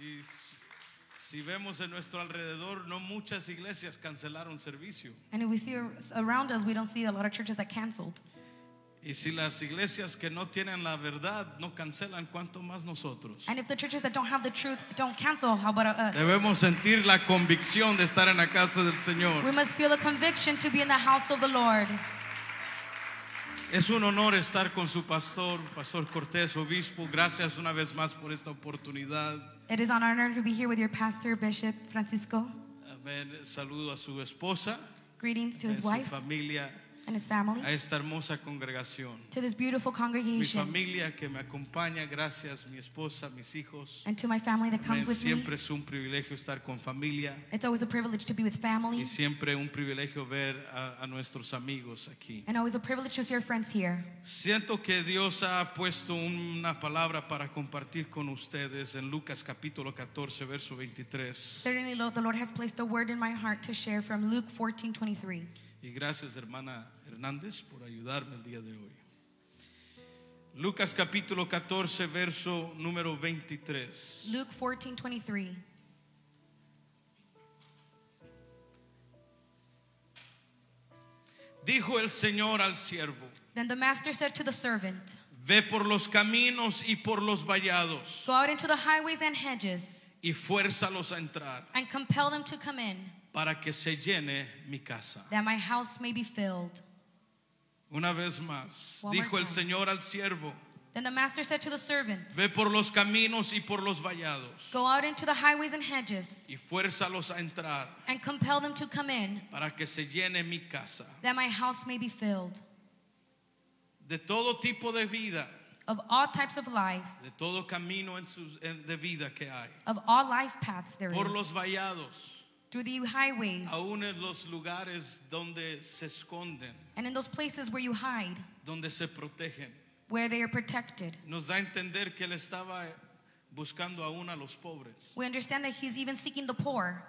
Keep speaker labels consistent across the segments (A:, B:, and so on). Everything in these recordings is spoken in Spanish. A: Y s- si vemos en nuestro alrededor, no muchas iglesias cancelaron servicio.
B: And if we see ar- around us, we don't see a lot of churches that canceled.
A: Y si las iglesias que no tienen la verdad no cancelan, ¿cuánto más nosotros?
B: And if the churches that don't have the truth don't cancel, how about us?
A: Debemos sentir la convicción de estar en la casa del
B: We
A: Señor.
B: must feel a conviction to be in the house of the Lord.
A: Es un honor estar con su pastor, Pastor Cortés, obispo. Gracias una vez más por esta oportunidad.
B: It is an honor to be here with your pastor, Bishop Francisco.
A: Amén. Saludo a su esposa,
B: Greetings to
A: a
B: his
A: su
B: wife
A: familia,
B: and his family,
A: a esta hermosa congregación.
B: to this beautiful
A: Mi
B: congregation,
A: familia que me acompaña, gracias, mi esposa, mis hijos.
B: and to my family that comes
A: Amén.
B: with me.
A: Siempre es un privilegio estar con familia
B: It's always a privilege to be with family,
A: y siempre un privilegio ver a, a nuestros amigos aquí.
B: and always a privilege to see your friends here.
A: Siento que Dios ha puesto una palabra para compartir con ustedes en Lucas capítulo 14, verso 23.
B: Certainly, Lord, the Lord has placed a word in my heart to share from Luke 14 23.
A: Y gracias hermana Hernández por ayudarme el día de hoy. Lucas capítulo 14, verso número 23.
B: Luke 14 23.
A: Dijo el Señor al siervo.
B: Then the master said to the servant,
A: Ve por los caminos y por los vallados
B: Go out into the highways and hedges
A: y fuérzalos a entrar
B: and compel them to come in,
A: para que se llene mi casa.
B: that my house may be filled.
A: Una vez más,
B: One more
A: dijo el
B: time.
A: Señor al siervo,
B: Then the master said to the servant,
A: ve por los caminos y por los vallados
B: Go out into the highways and hedges
A: y fuérzalos a entrar
B: and compel them to come in,
A: para que se llene mi casa.
B: that my house may be filled.
A: De todo tipo de vida,
B: Of all types of life,
A: de todo camino en sus- en- de vida que hay,
B: of all life paths there
A: por
B: is,
A: los vallados,
B: through the highways
A: aún en los lugares donde se esconden,
B: and in those places where you hide,
A: donde se protegen.
B: where they are protected.
A: nos da a entender que él estaba buscando aún a los pobres,
B: We understand that he's even seeking the poor.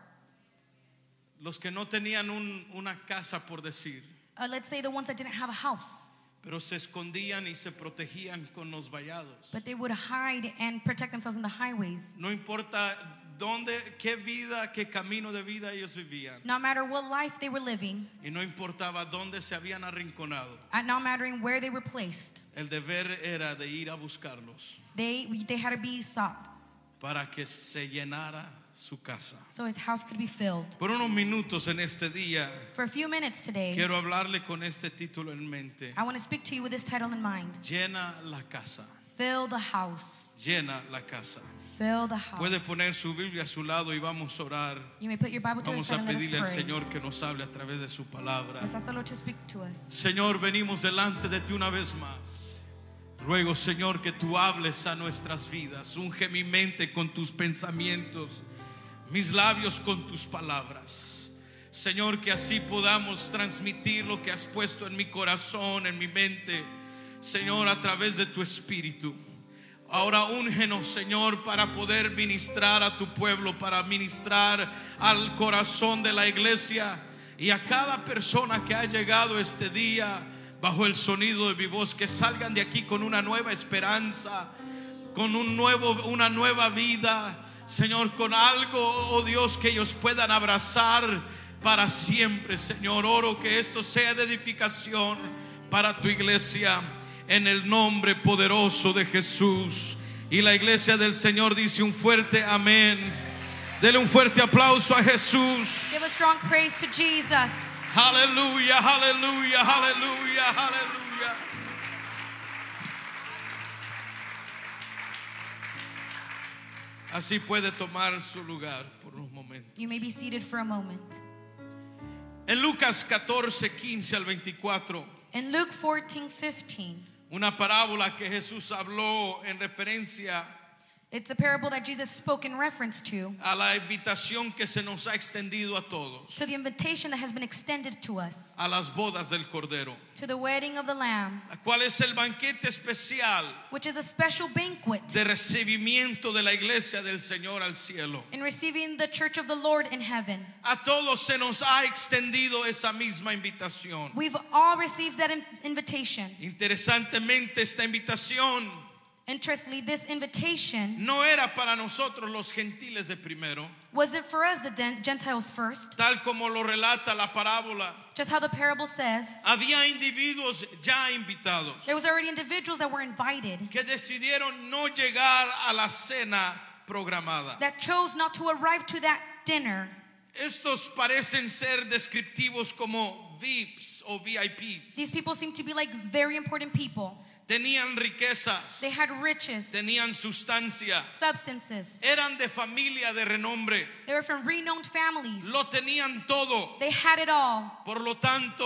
A: los que no tenían un- una casa por decir,
B: Uh, let's say the ones that didn't have a house,
A: pero se escondían y se protegían con los vallados.
B: but they would hide and protect themselves in the highways.
A: No importa dónde, qué vida, qué camino de vida ellos vivían,
B: No matter what life they were living,
A: y no importaba dónde se habían arrinconado,
B: and not mattering where they were placed,
A: el deber era de ir a buscarlos
B: they, they had to be sought
A: para que se llenara su casa.
B: so his house could be filled.
A: Por unos minutos en este día,
B: For a few minutes today,
A: quiero hablarle con este título en mente.
B: I want to speak to you with this title in mind
A: Llena la casa.
B: Fill the House.
A: llena la casa.
B: Fill the house.
A: Puede poner su Biblia a su lado y vamos a orar.
B: You may put your Bible to the
A: Vamos
B: side
A: a
B: and let us
A: pedirle al
B: pray.
A: Señor que nos hable a través de su palabra.
B: Let's ask the Lord to speak to us.
A: Señor, venimos delante de ti una vez más. Ruego, Señor, que tú hables a nuestras vidas. Unge mi mente con tus pensamientos, mis labios con tus palabras. Señor, que así podamos transmitir lo que has puesto en mi corazón, en mi mente. Señor, a través de tu espíritu. Ahora úngenos, Señor, para poder ministrar a tu pueblo, para ministrar al corazón de la iglesia y a cada persona que ha llegado este día bajo el sonido de mi voz, que salgan de aquí con una nueva esperanza, con un nuevo, una nueva vida, Señor, con algo, oh Dios, que ellos puedan abrazar para siempre, Señor. Oro que esto sea de edificación para tu iglesia en el nombre poderoso de Jesús. Y la iglesia del Señor dice un fuerte amén. Dele un fuerte aplauso a Jesús.
B: Give a strong praise to Jesus.
A: Aleluya, aleluya, aleluya, aleluya. Así puede tomar su lugar por un momento.
B: You may be seated for a moment.
A: En Lucas 14, 15 al 24,
B: In Luke 14 15,
A: una parábola que Jesús habló en referencia
B: it's a parable that Jesus spoke in reference to,
A: a la invitación que se nos ha extendido a todos,
B: to the invitation that has been extended to us,
A: a las bodas del Cordero,
B: to the wedding of the Lamb,
A: la cual es el banquete especial
B: which is a special banquet
A: de recibimiento de la iglesia del Señor al cielo.
B: in receiving the church of the Lord in heaven.
A: A todos se nos ha extendido esa misma invitación.
B: We've all received that in- invitation.
A: Interesantemente, esta invitación
B: Interestingly, this invitation
A: no era para nosotros los gentiles de primero,
B: wasn't for us, the den- Gentiles first.
A: tal como lo relata la parábola.
B: Just how the parable says,
A: Había individuos ya invitados
B: there was already individuals that were invited
A: que decidieron no llegar a la cena programada.
B: that chose not to arrive to that dinner.
A: Estos parecen ser descriptivos como VIPs o VIPs.
B: These people seem to be like very important people.
A: Tenían riquezas,
B: They had riches,
A: tenían sustancia,
B: substances.
A: eran de familia de renombre,
B: They were from renowned families.
A: lo tenían todo.
B: They had it all.
A: Por lo tanto,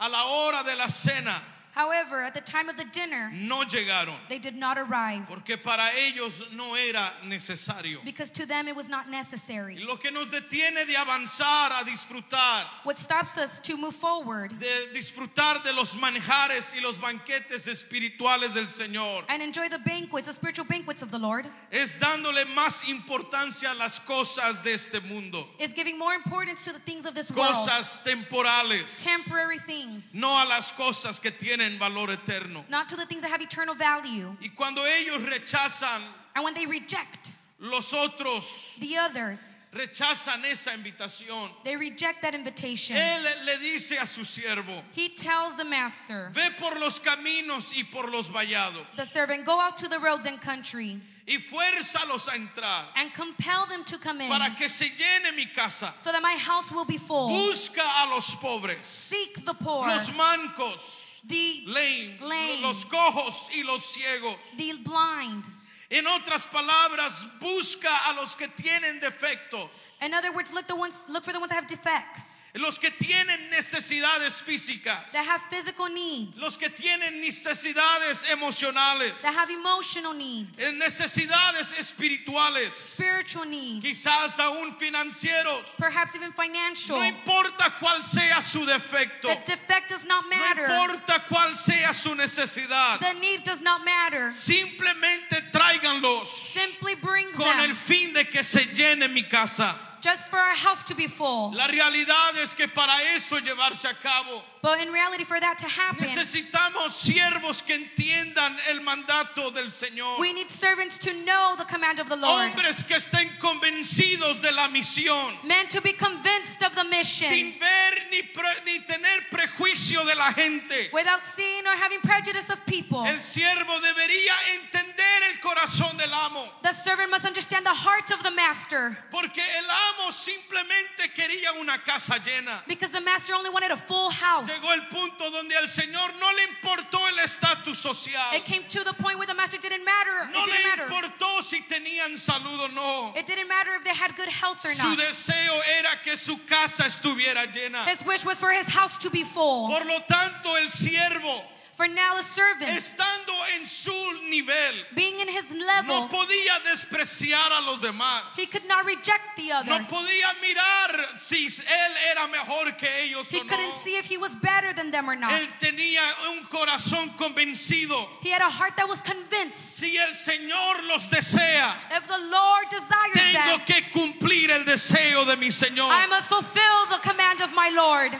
A: a la hora de la cena
B: However, at the time of the dinner,
A: no llegaron,
B: they did not arrive
A: porque para ellos no era necesario.
B: because to them it was not necessary.
A: Y lo que nos detiene de avanzar a disfrutar
B: What stops us to move forward
A: de disfrutar de los manjares y los banquetes espirituales del Señor
B: and enjoy the banquets, the spiritual banquets of the Lord,
A: es dándole más importancia a las cosas de este mundo,
B: is giving more importance to the things of this world,
A: cosas temporales,
B: temporary things,
A: no a las cosas que tienen valor eterno.
B: not to the things that have eternal value.
A: Y cuando ellos rechazan,
B: And when they reject
A: los otros
B: the others,
A: rechazan esa invitación.
B: they reject that invitation.
A: Él le dice a su siervo,
B: He tells the master,
A: ve por los caminos y por los vallados
B: the servant, go out to the roads and country
A: y fuérzalos a entrar
B: and compel them to come in
A: para que se llene mi casa.
B: so that my house will be full.
A: Busca a los pobres,
B: Seek the poor,
A: los mancos,
B: the,
A: lame,
B: Lame.
A: los cojos y los ciegos.
B: the blind.
A: En otras palabras, busca a los que tienen defectos,
B: In other words, look, the ones, look for the ones that have defects,
A: los que tienen necesidades físicas,
B: that have physical needs,
A: los que tienen necesidades emocionales,
B: that have emotional needs,
A: eh, necesidades espirituales,
B: spiritual needs,
A: quizás aún financieros.
B: perhaps even financial.
A: No importa cuál sea su defecto,
B: The defect does not
A: no
B: matter.
A: importa cuál sea su necesidad.
B: The need does not matter.
A: Simplemente tráiganlos
B: Simply bring
A: con el
B: them
A: fin de que se llene mi casa.
B: just for our house to be full.
A: La realidad es que para eso llevarse a cabo
B: But in reality, for that to happen,
A: necesitamos siervos que entiendan el mandato del Señor.
B: we need servants to know the command of the Lord,
A: Hombres que estén convencidos de la misión
B: men to be convinced of the mission
A: sin ver ni, pre- ni tener prejuicio de la gente.
B: without seeing or having prejudice of people.
A: El siervo debería entender el corazón del amo,
B: The servant must understand the heart of the master
A: porque el amo simplemente quería una casa llena.
B: because the master only wanted a full house.
A: Llegó el punto donde al Señor no le importó el estatus social.
B: It came to the point where the master didn't matter.
A: No le
B: It didn't matter.
A: importó si tenían salud o no.
B: It didn't matter if they had good health or
A: Su
B: not.
A: deseo era que su casa estuviera llena.
B: His wish was for his house to be full.
A: Por lo tanto, el siervo,
B: For now, the servant,
A: estando en su nivel,
B: being in his
A: no
B: level,
A: podía despreciar a los demás.
B: he could not reject the
A: No
B: others.
A: podía mirar si él era mejor que ellos
B: He
A: o no.
B: couldn't see if he was better than them or not.
A: Él tenía un corazón convencido.
B: He had a heart that was convinced
A: Si el Señor los desea,
B: if the Lord desires
A: Tengo
B: that,
A: que cumplir el deseo de mi Señor.
B: I must fulfill the command of my Lord.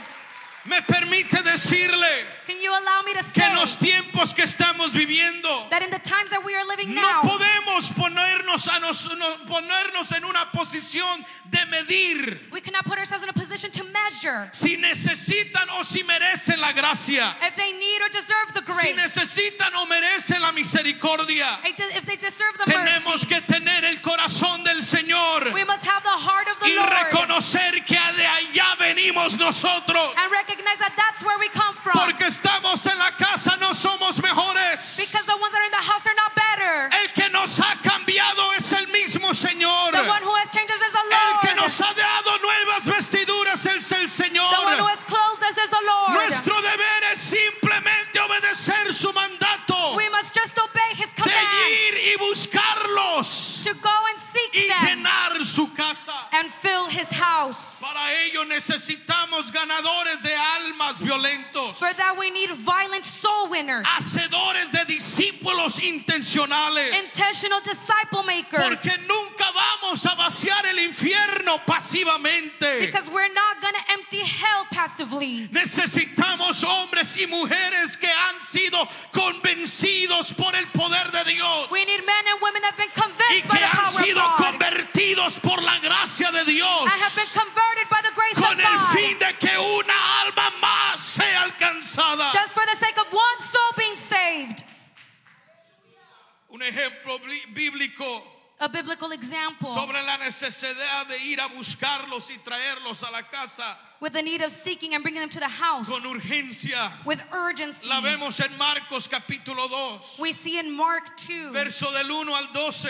A: Me permite decirle
B: Can you allow me to
A: que
B: say
A: en los tiempos que estamos viviendo
B: that in the times that we are living
A: no
B: now,
A: podemos ponernos, a nos- no- ponernos en una posición de medir
B: we cannot put ourselves in a position to measure
A: si necesitan o si merecen la gracia,
B: if they need or deserve the
A: si
B: grace,
A: necesitan o merecen la misericordia.
B: if they- if they deserve the mercy.
A: Tenemos que tener el corazón del Señor
B: We must have the heart of the
A: y
B: Lord
A: reconocer que de allá venimos nosotros.
B: and recognize that that's where we come from.
A: Porque estamos en la casa, no somos mejores.
B: Because the ones that are in the house are not better.
A: El que nos ha cambiado es el mismo Señor.
B: The one
A: El
B: who has changed us is the
A: que
B: Lord.
A: nos ha dado nuevas vestiduras es el
B: The one who
A: Señor.
B: has clothed us is the Lord.
A: Nuestro deber es simplemente obedecer su mandato
B: We must just obey his
A: de
B: command
A: ir y buscarlos
B: to go and seek
A: y
B: them
A: llenar su casa.
B: and fill his house.
A: Para ello necesitamos ganadores de almas violentos,
B: For that we need violent soul winners,
A: hacedores de discípulos intencionales.
B: intentional disciple makers.
A: Porque nunca vamos a vaciar el infierno pasivamente.
B: Because we're not going to empty hell passively.
A: Necesitamos hombres y mujeres que han sido convencidos por el poder de Dios
B: We need men and women that have been
A: y
B: convinced by
A: que
B: the
A: han
B: power
A: sido
B: of God
A: convertidos por la gracia de Dios
B: and have been converted by the grace
A: con
B: of
A: el
B: God
A: fin de que una alma más sea alcanzada.
B: just for the sake of one soul being saved.
A: Un ejemplo bí- bíblico
B: A biblical example
A: sobre la necesidad de ir a buscarlos y traerlos a la casa
B: with the need of seeking and bringing them to the house
A: con urgencia.
B: with urgency.
A: La vemos en Marcos capítulo 2,
B: We see in Mark 2
A: verso del 1 al 12.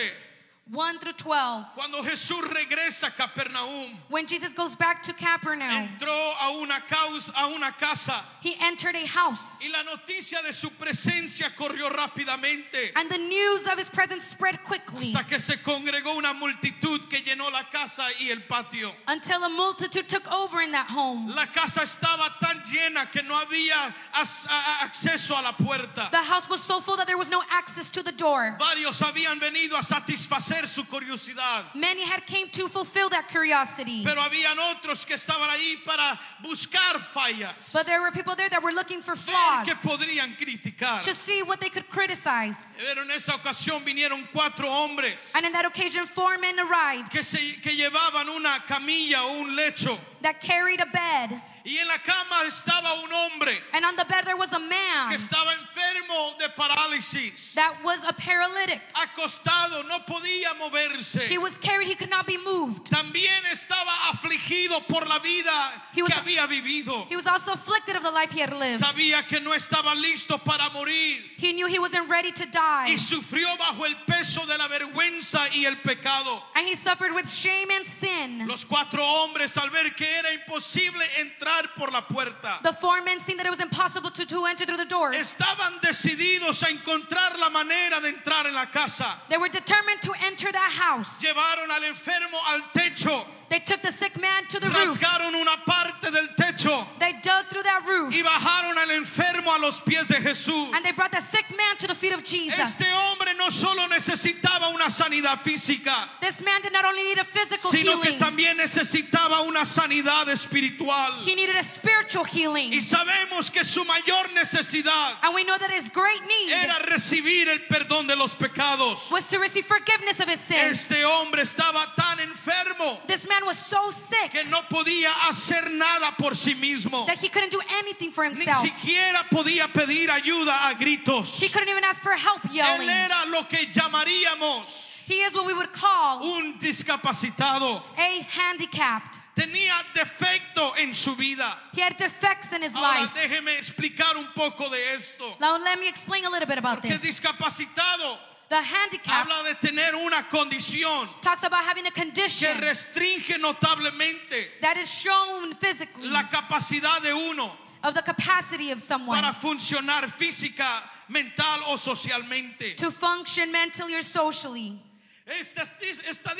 B: 1 through 12
A: Cuando Jesús regresa a Capernaum,
B: when Jesus goes back to Capernaum,
A: entró a una, causa, a una casa
B: he entered a house.
A: y la noticia de su presencia corrió rápidamente
B: And the news of his presence spread quickly
A: hasta que se congregó una multitud que llenó la casa y el patio.
B: until a multitude took over in that home.
A: La casa estaba tan llena que no había as- a- a- acceso a la puerta.
B: The house was so full that there was no access to the door.
A: Varios habían venido a satisfacer su curiosidad,
B: Many had came to fulfill that curiosity.
A: pero habían otros que estaban ahí para buscar fallas,
B: But there were people there that were looking for
A: ver
B: flaws
A: que podrían criticar.
B: to see what they could criticize.
A: Pero en esa ocasión vinieron cuatro hombres
B: And in that occasion, four men arrived
A: que, se, que llevaban una camilla o un lecho
B: that carried a bed.
A: y en la cama estaba un hombre
B: And on the bed there was a man
A: que estaba enfermo de parálisis,
B: that was a paralytic.
A: acostado, no podía
B: He
A: moverse.
B: was carried, he could not be moved.
A: También estaba afligido por la vida
B: He was-
A: que había vivido.
B: He was also afflicted of the life he had lived.
A: Sabía que no estaba listo para morir
B: He knew he wasn't ready to die.
A: y sufrió bajo el peso de la vergüenza y el pecado.
B: And he suffered with shame and sin.
A: Los cuatro hombres al ver que era imposible entrar por la puerta,
B: The four men seen that it was impossible to, to enter through the doors.
A: estaban decididos a encontrar la manera de entrar en la casa.
B: They were determined to enter that house.
A: Llevaron al enfermo al techo,
B: They took the sick man to the roof.
A: rasgaron una parte del techo
B: They dug through that roof.
A: y bajaron al enfermo a los pies de Jesús.
B: And they brought the sick man to the feet of Jesus.
A: Este hombre no solo necesitaba una sanidad física,
B: This man did not only need a physical
A: sino que
B: healing,
A: también necesitaba una sanidad espiritual.
B: he needed a spiritual healing.
A: Y sabemos que su mayor necesidad
B: And we know that his great need
A: era recibir el perdón de los pecados.
B: was to receive forgiveness of his sins.
A: Este hombre estaba tan enfermo
B: This man was so sick
A: que no podía hacer nada por sí mismo.
B: that he couldn't do anything for
A: Ni
B: himself.
A: siquiera podía pedir ayuda a gritos.
B: He couldn't even ask for help
A: Él
B: yelling.
A: era lo que llamaríamos
B: He is what we would call
A: un discapacitado.
B: a handicapped.
A: Tenía defecto en su vida.
B: He had defects in his
A: Ahora
B: life.
A: déjeme explicar un poco de esto.
B: Now let me explain a little bit about
A: Porque
B: this.
A: discapacitado
B: The handicap
A: habla de tener una condición
B: talks about having a condition
A: que restringe notablemente
B: that is shown physically
A: la capacidad de uno
B: of the capacity of someone
A: para funcionar física, mental o socialmente.
B: to function mentally or socially.
A: Estas-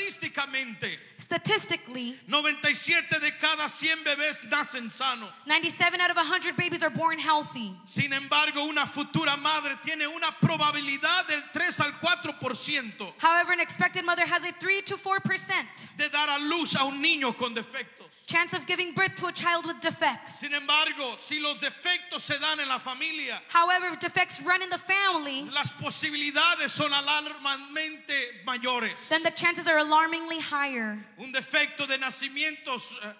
A: Estadísticamente,
B: Statistically,
A: 97 de cada 100 bebés nacen sanos.
B: 97 out of 100 babies are born healthy.
A: Sin embargo, una futura madre tiene una probabilidad del 3 al 4%
B: However, an expected mother has a 3 to 4%
A: de dar a luz a un niño con defectos.
B: chance of giving birth to a child with defects.
A: Sin embargo, si los defectos se dan en la familia,
B: However, if defects run in the family,
A: las posibilidades son alarmantemente mayores.
B: then the chances are alarmingly higher.
A: Un defecto de nacimientos eh,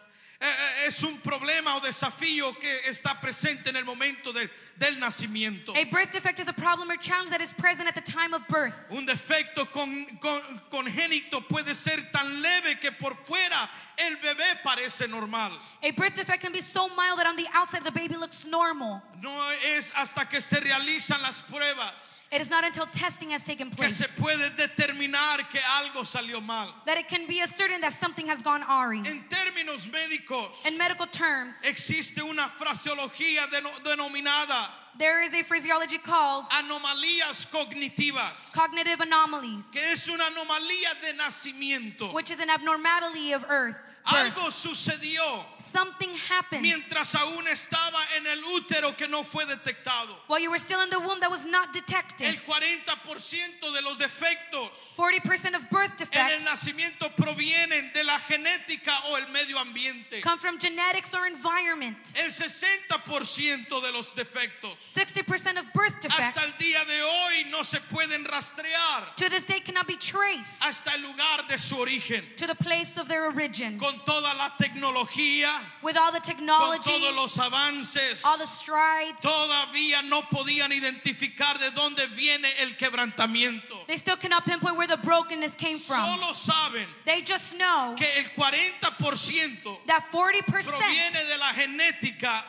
A: eh, es un problema o desafío que está presente en el momento del- del nacimiento.
B: A birth defect is a problem or challenge that is present at the time of birth.
A: Un defecto con- con- congénito puede ser tan leve que por fuera el bebé parece normal.
B: A birth defect can be so mild that on the outside the baby looks normal.
A: No es hasta que se realizan las pruebas
B: It is not until testing has taken
A: que
B: place
A: se puede determinar que algo salió mal.
B: that it can be ascertained that something has gone awry.
A: En términos médicos,
B: In medical terms,
A: existe una fraseología deno- denominada
B: there is a phraseology called
A: anomalías cognitivas,
B: cognitive anomalies,
A: que es una anomalía de nacimiento.
B: which is an abnormality of Earth. birth.
A: Algo sucedió
B: something happened
A: mientras aún estaba en el útero que no fue detectado.
B: while you were still in the womb that was not detected.
A: El 40% de los defectos
B: 40% of birth
A: en el
B: defects
A: nacimiento provienen de la genética o el medio ambiente.
B: come from genetics or environment.
A: El 60% de los defectos
B: 60% of birth
A: hasta
B: defects
A: el día de hoy no se pueden rastrear
B: to this day cannot be traced
A: hasta el lugar de su origen.
B: to the place of their origin.
A: Con toda la tecnología,
B: With all the
A: con
B: technology,
A: todos los avances,
B: all the strides,
A: todavía no podían identificar de dónde viene el quebrantamiento.
B: they still cannot pinpoint where the brokenness came from.
A: Solo saben
B: They just know
A: que el 40%
B: that 40%
A: proviene de la genética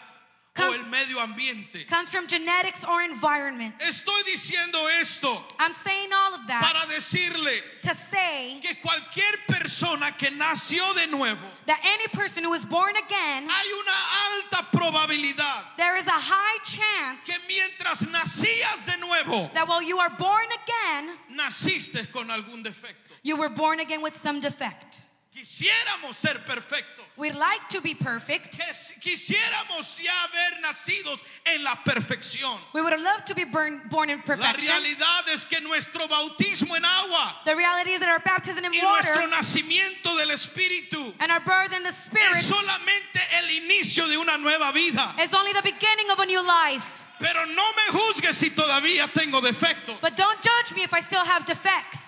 A: o
B: Come-
A: el medio ambiente.
B: comes from genetics or environment.
A: Estoy diciendo esto
B: I'm saying all of that
A: para decirle
B: to say
A: que cualquier persona que nació de nuevo,
B: that any person who is born again,
A: hay una alta probabilidad
B: there is a high chance
A: que mientras nacías de nuevo,
B: that while you are born again,
A: naciste con algún defecto.
B: you were born again with some defect.
A: Quisiéramos ser perfectos.
B: We'd like to be perfect.
A: Que si- quisiéramos ya haber nacidos en la perfección.
B: We would have loved to be born, born in
A: La
B: perfection.
A: realidad es que nuestro bautismo en agua
B: The reality is that our baptism in
A: y nuestro
B: water
A: nacimiento del Espíritu
B: and our birth in the
A: es
B: Spirit
A: solamente el inicio de una nueva vida.
B: is only the beginning of a new life.
A: Pero no me juzgues si todavía tengo defectos.
B: But don't judge me if I still have defects.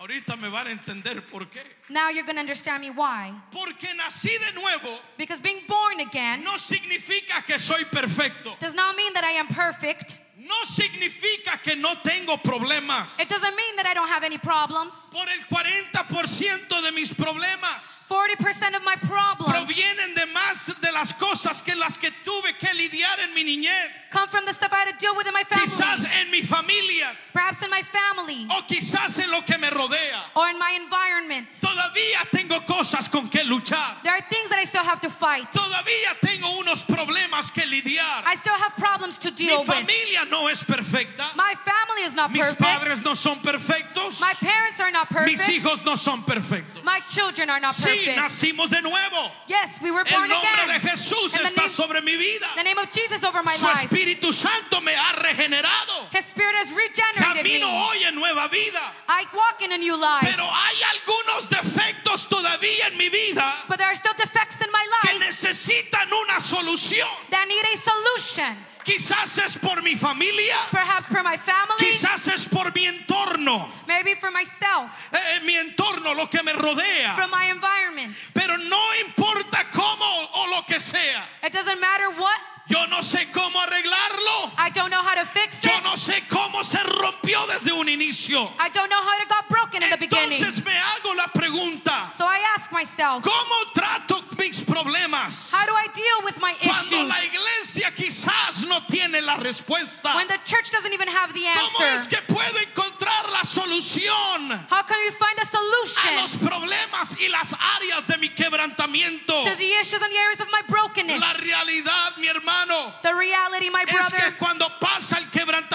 A: Ahorita me van a entender por qué.
B: Now you're going to understand me why.
A: Porque nací de nuevo
B: Because being born again
A: no significa que soy perfecto.
B: does not mean that I am perfect.
A: No significa que no tengo problemas.
B: It doesn't mean that I don't have any problems.
A: Por el 40% de mis problemas
B: 40% of my problems
A: provienen de más de las cosas que las que tuve que lidiar en mi niñez.
B: come from the stuff I had to deal with in my
A: Quizás
B: family,
A: en mi familia
B: perhaps in my family,
A: o quizás en lo que me rodea.
B: or in my environment.
A: Todavía tengo cosas con que luchar.
B: There are things that I still have to fight.
A: Todavía tengo unos problemas que lidiar.
B: I still have problems to
A: Mi
B: deal with.
A: familia no es perfecta.
B: My family is not
A: Mis
B: perfect.
A: padres no son perfectos.
B: My parents are not
A: Mis
B: perfect.
A: hijos no son perfectos.
B: My children are not
A: Sí,
B: perfect.
A: nacimos de nuevo.
B: Yes, we were
A: El
B: born
A: nombre de
B: again.
A: Jesús
B: And the
A: está
B: name-
A: sobre mi vida.
B: The name of Jesus over my
A: Su
B: life.
A: Espíritu Santo me ha regenerado.
B: His spirit has regenerated
A: Camino
B: me.
A: hoy en nueva vida.
B: I walk in a new life.
A: Pero hay algunos defectos todavía en mi vida
B: But there are still defects in my
A: que
B: life
A: necesitan una solución.
B: that need a solution.
A: Quizás es por mi familia,
B: Perhaps for my family,
A: quizás es por mi entorno,
B: maybe for myself,
A: eh, mi entorno, lo que me rodea.
B: from my environment.
A: Pero no importa cómo o lo que sea.
B: It doesn't matter what.
A: Yo no sé cómo arreglarlo.
B: I don't know how to fix
A: Yo
B: it.
A: no sé cómo se rompió desde un inicio.
B: I don't know how it got broken in the beginning.
A: Entonces me hago la pregunta,
B: So I ask myself,
A: ¿cómo trato mis problemas?
B: how do I deal with my
A: Cuando
B: issues
A: la iglesia quizás no tiene la respuesta,
B: when the church doesn't even have the
A: ¿cómo es
B: answer?
A: que puedo encontrar la solución a
B: How can we find a
A: los
B: solution
A: problemas y las áreas de mi quebrantamiento?
B: to the issues and the areas of my brokenness?
A: La realidad, mi hermano,
B: The reality, my
A: es que
B: brother,
A: cuando pasa el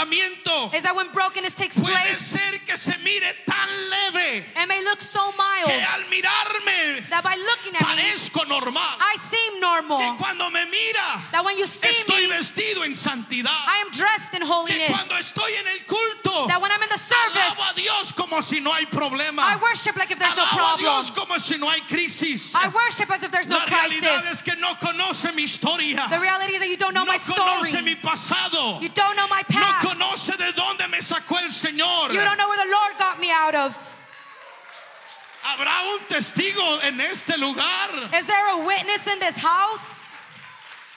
A: quebrantamiento,
B: is that when brokenness takes
A: puede
B: place,
A: ser que se mire tan leve
B: it may look so
A: que
B: mild
A: al mirarme
B: that by looking at me,
A: parezco normal.
B: I seem
A: Que
B: normal.
A: cuando me mira,
B: That when you see
A: estoy
B: me,
A: vestido en santidad.
B: I am dressed in
A: Que
B: holiness.
A: cuando estoy en el culto,
B: That when I'm in the
A: Alabo
B: service,
A: a Dios como si no hay problema.
B: I worship like if there's no
A: Alabo a Dios
B: problem.
A: como si no hay crisis.
B: I worship as if there's no
A: La realidad
B: crisis.
A: es que no conoce mi historia.
B: The reality is that you don't know
A: no
B: my
A: conoce mi
B: story.
A: pasado.
B: You don't know my
A: No
B: past.
A: conoce de dónde me sacó el Señor.
B: You don't know where the Lord got me out of.
A: Habrá un testigo en este lugar.
B: Is there a witness in this house?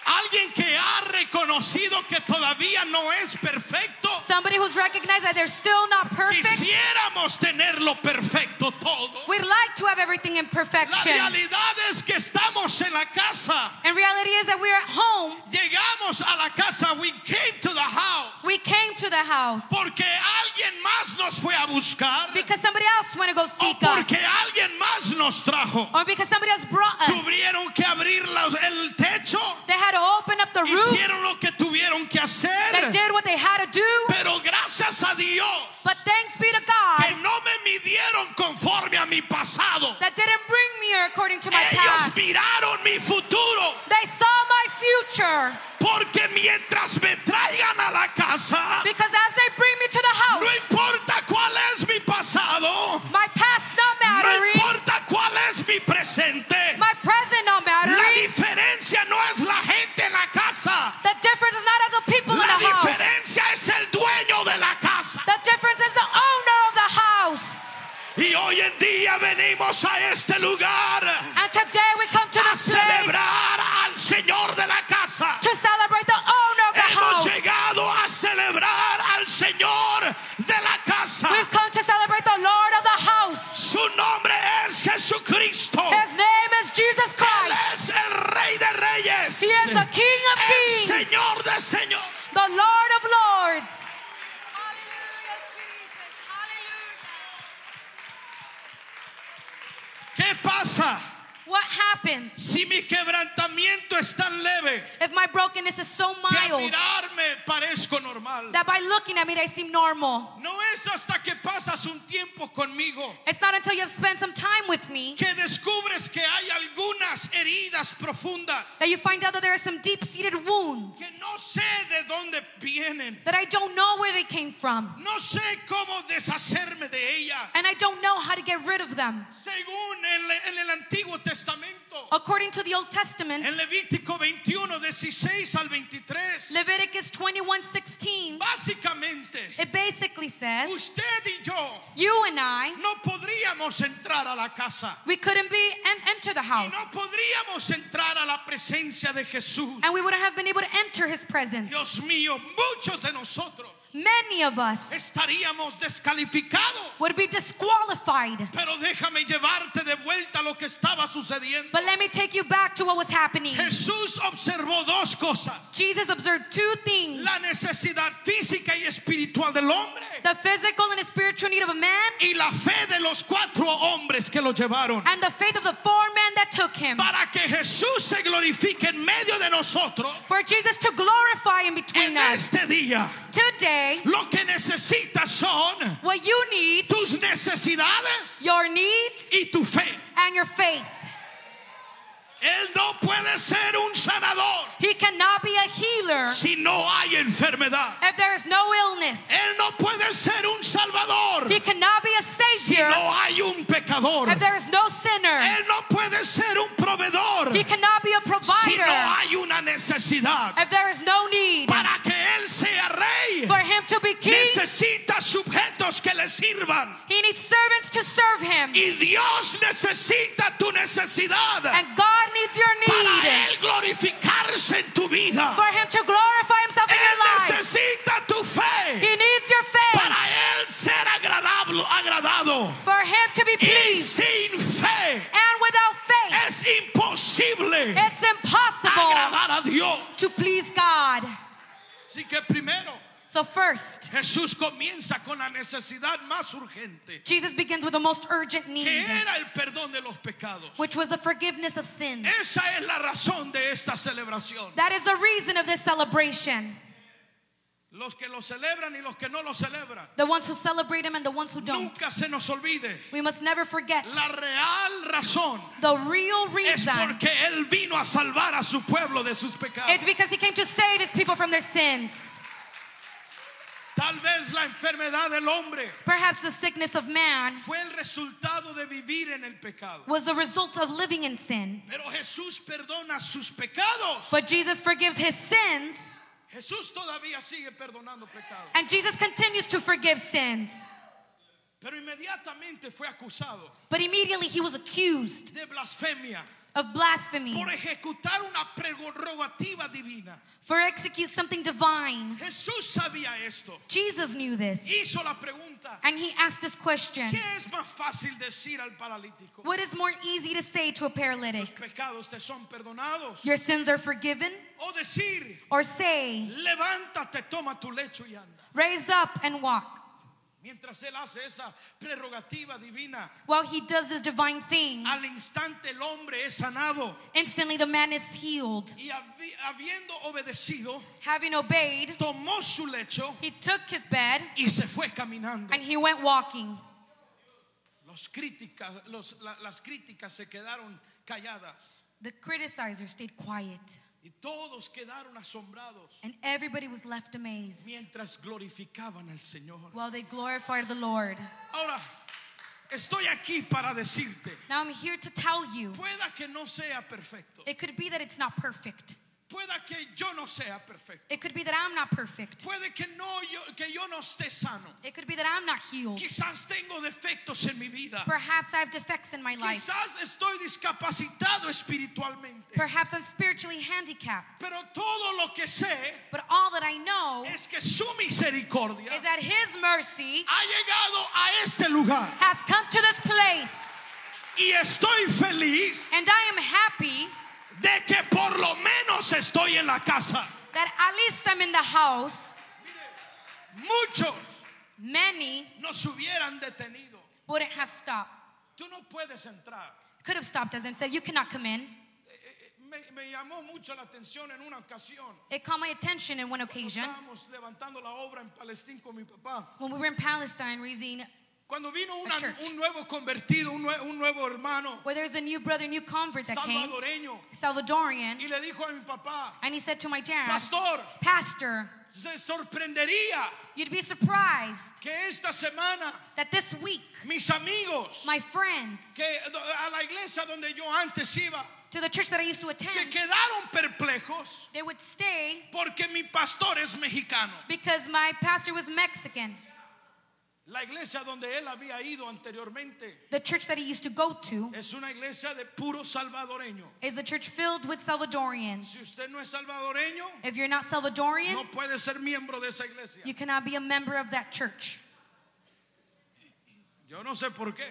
A: Alguien que ha reconocido que todavía no es perfecto.
B: Somebody who's recognized that they're still not perfect?
A: Quisiéramos tenerlo perfecto todo.
B: We'd like to have everything in
A: La
B: perfection.
A: realidad es que estamos en la casa.
B: And reality is that we're at home.
A: Llegamos a la casa, we came to the house,
B: We came to the house
A: porque alguien más nos fue a buscar,
B: because somebody else went to go
A: o
B: seek us,
A: porque alguien más nos trajo.
B: or because somebody else brought us.
A: Tuvieron que abrir los- el techo,
B: They had to open up the roof.
A: hicieron lo que tuvieron que
B: They
A: hacer,
B: did what they had to do.
A: pero gracias a Dios
B: But thanks be to
A: que
B: God
A: no me midieron conforme a mi pasado.
B: that didn't bring me here according to my
A: Ellos
B: past.
A: miraron mi Y hoy en día venimos a este lugar
B: And today we come to
A: a
B: this place
A: celebrar al Señor de la casa.
B: to celebrate the owner of the
A: Hemos
B: house.
A: llegado a celebrar al Señor de la casa.
B: We've come to celebrate the Lord of the house.
A: Su nombre es Jesucristo.
B: His name is Jesus
A: Él
B: Christ.
A: es el Rey de Reyes.
B: He is the King of
A: El
B: kings,
A: Señor de Señor.
B: the Lord of lords. Hallelujah, Jesus. Hallelujah.
A: ¿Qué pasa
B: What happens
A: si mi quebrantamiento es tan leve
B: if my brokenness is so
A: que al
B: mild
A: mirarme parezco normal?
B: that by looking at me they seem normal?
A: No es hasta que pasas un tiempo conmigo
B: It's not until you've spent some time with me
A: que descubres que hay algunas heridas profundas
B: that you find out that there are some deep seated wounds
A: que no sé de dónde vienen.
B: that I don't know where they came from,
A: No sé cómo deshacerme de ellas.
B: and I don't know how to get rid of them.
A: Según el- en el Antiguo Testamento,
B: According to the Old Testament,
A: en Levítico 21, 16 al 23,
B: Leviticus 21 16,
A: básicamente
B: it basically says,
A: usted y yo
B: You and I,
A: no podríamos entrar a la casa.
B: we couldn't be and enter the
A: Y
B: house,
A: no podríamos entrar a la presencia de Jesús.
B: and we wouldn't have been able to enter his presence.
A: Dios mío, muchos de nosotros
B: Many of us
A: estaríamos descalificados.
B: would be disqualified.
A: Pero déjame llevarte de vuelta a lo que estaba sucediendo.
B: But let me take you back to what was happening.
A: Jesús observó dos cosas.
B: Jesus observed two things
A: La necesidad física y espiritual del hombre
B: the physical and spiritual need of a man,
A: y la fe de los cuatro hombres que lo llevaron.
B: and the faith of the four men that took him.
A: Para que Jesús se glorifique en medio de nosotros
B: For Jesus to glorify in
A: en
B: between us.
A: este día.
B: Today,
A: Lo que necesitas son
B: what you need,
A: tus necesidades
B: your needs,
A: y tu fe.
B: and your faith.
A: Él no puede ser un sanador
B: He cannot be a healer
A: si no hay enfermedad.
B: if there is no illness.
A: Él no puede ser un salvador
B: He cannot be a
A: si
B: savior
A: no hay un pecador.
B: if there is no sinner.
A: Él no puede ser un proveedor
B: He cannot be a
A: si no
B: provider
A: hay una necesidad.
B: if there is no need.
A: Para que Él sea rey,
B: For him to be king,
A: necesita sujetos que le sirvan.
B: he needs servants to serve him.
A: Y Dios necesita tu necesidad
B: And God needs your
A: para
B: need
A: Él glorificarse en tu vida.
B: for him to glorify himself in
A: Él
B: your life.
A: necesita tu fe.
B: He needs your faith
A: para él ser agradable, agradado.
B: for him to be
A: Y
B: pleased.
A: sin fe
B: And without faith,
A: es imposible
B: it's impossible
A: agradar a Dios.
B: to please God.
A: Así que primero
B: So, first,
A: Jesús comienza con la necesidad más urgente,
B: Jesus begins with the most urgent
A: que
B: need,
A: era el perdón de los pecados.
B: which was the forgiveness of sins.
A: Esa es la razón de esta celebración.
B: That is the reason of this celebration.
A: Los que lo celebran y los que no lo celebran.
B: The ones who celebrate him and the ones who don't.
A: Nunca se nos olvide.
B: We must never forget
A: La real razón
B: the real
A: es
B: reason.
A: porque Él vino a salvar a su pueblo de sus pecados.
B: It's because he came to save his people from their sins.
A: Tal vez la enfermedad del hombre
B: Perhaps the sickness of man
A: fue el resultado de vivir en el pecado.
B: was the result of living in sin.
A: Pero Jesús perdona sus pecados.
B: But Jesus forgives his sins,
A: Jesús todavía sigue perdonando pecados.
B: and Jesus continues to forgive sins.
A: Pero inmediatamente fue acusado
B: But immediately he was accused
A: de blasfemia
B: of blasphemy
A: por ejecutar una prerrogativa divina.
B: for execute something divine.
A: Jesús sabía esto.
B: Jesus knew this,
A: Hizo la pregunta,
B: and he asked this question
A: ¿qué es más fácil decir al paralítico?
B: What is more easy to say to a
A: ¿Los
B: paralytic?
A: pecados te son perdonados?
B: Your sins are forgiven?
A: O decir,
B: Or say,
A: levántate, toma tu lecho y anda.
B: Raise up and walk.
A: Mientras él hace esa prerrogativa divina,
B: While he does this divine thing,
A: al instante el hombre es sanado
B: instantly the man is healed.
A: y habi- habiendo obedecido,
B: Having obeyed,
A: tomó su lecho
B: he took his bed
A: y se fue caminando.
B: and he went walking.
A: Los críticas, los- la- las críticas se quedaron calladas
B: The criticizer stayed quiet,
A: y todos quedaron asombrados
B: and everybody was left amazed
A: mientras glorificaban al Señor.
B: while they glorified the Lord.
A: Ahora, estoy aquí para decirte,
B: Now I'm here to tell you
A: pueda que no sea perfecto,
B: it could be that it's not perfect,
A: Pueda que yo no sea perfecto.
B: It could be that I'm not perfect.
A: Puede que no yo, que yo no esté sano.
B: It could be that I'm not healed.
A: Quizás tengo defectos en mi vida.
B: Perhaps I have defects in my life.
A: Quizás estoy discapacitado espiritualmente.
B: Perhaps I'm spiritually handicapped.
A: Pero todo lo que sé
B: But all that I know
A: es que su misericordia
B: is that His mercy
A: ha llegado a este lugar
B: has come to this place.
A: y estoy feliz
B: And I am happy
A: de que por lo menos estoy en la casa.
B: that at least I'm in the house.
A: Muchos
B: Many
A: nos hubieran detenido.
B: wouldn't have stopped.
A: Tú no puedes entrar.
B: Could have stopped us and said, You cannot come in.
A: Eh, Me, me llamó mucho la atención en una ocasión.
B: It caught my attention in one occasion
A: Estábamos levantando la obra en Palestina con mi papá.
B: when we were in Palestine raising,
A: Cuando vino una-
B: church.
A: un nuevo convertido, un, nue- un nuevo hermano
B: where there's a new brother, new convert that came,
A: salvadoreño,
B: Salvadorian,
A: y le dijo a mi papá,
B: and he said to my dad,
A: pastor,
B: Pastor,
A: se sorprendería
B: you'd be surprised
A: que esta semana
B: that this week,
A: mis amigos
B: my friends
A: que do- a la iglesia donde yo antes iba
B: to the church that I used to
A: se
B: attend,
A: quedaron perplejos
B: they would stay
A: porque mi pastor es mexicano.
B: because my pastor was Mexican.
A: La iglesia donde él había ido anteriormente
B: The church that he used to go to
A: es una iglesia de puro salvadoreño.
B: is a church filled with Salvadorians.
A: Si usted no es salvadoreño,
B: If you're not Salvadorian,
A: no puede ser miembro de esa iglesia.
B: you cannot be a member of that church.
A: Yo no sé por qué.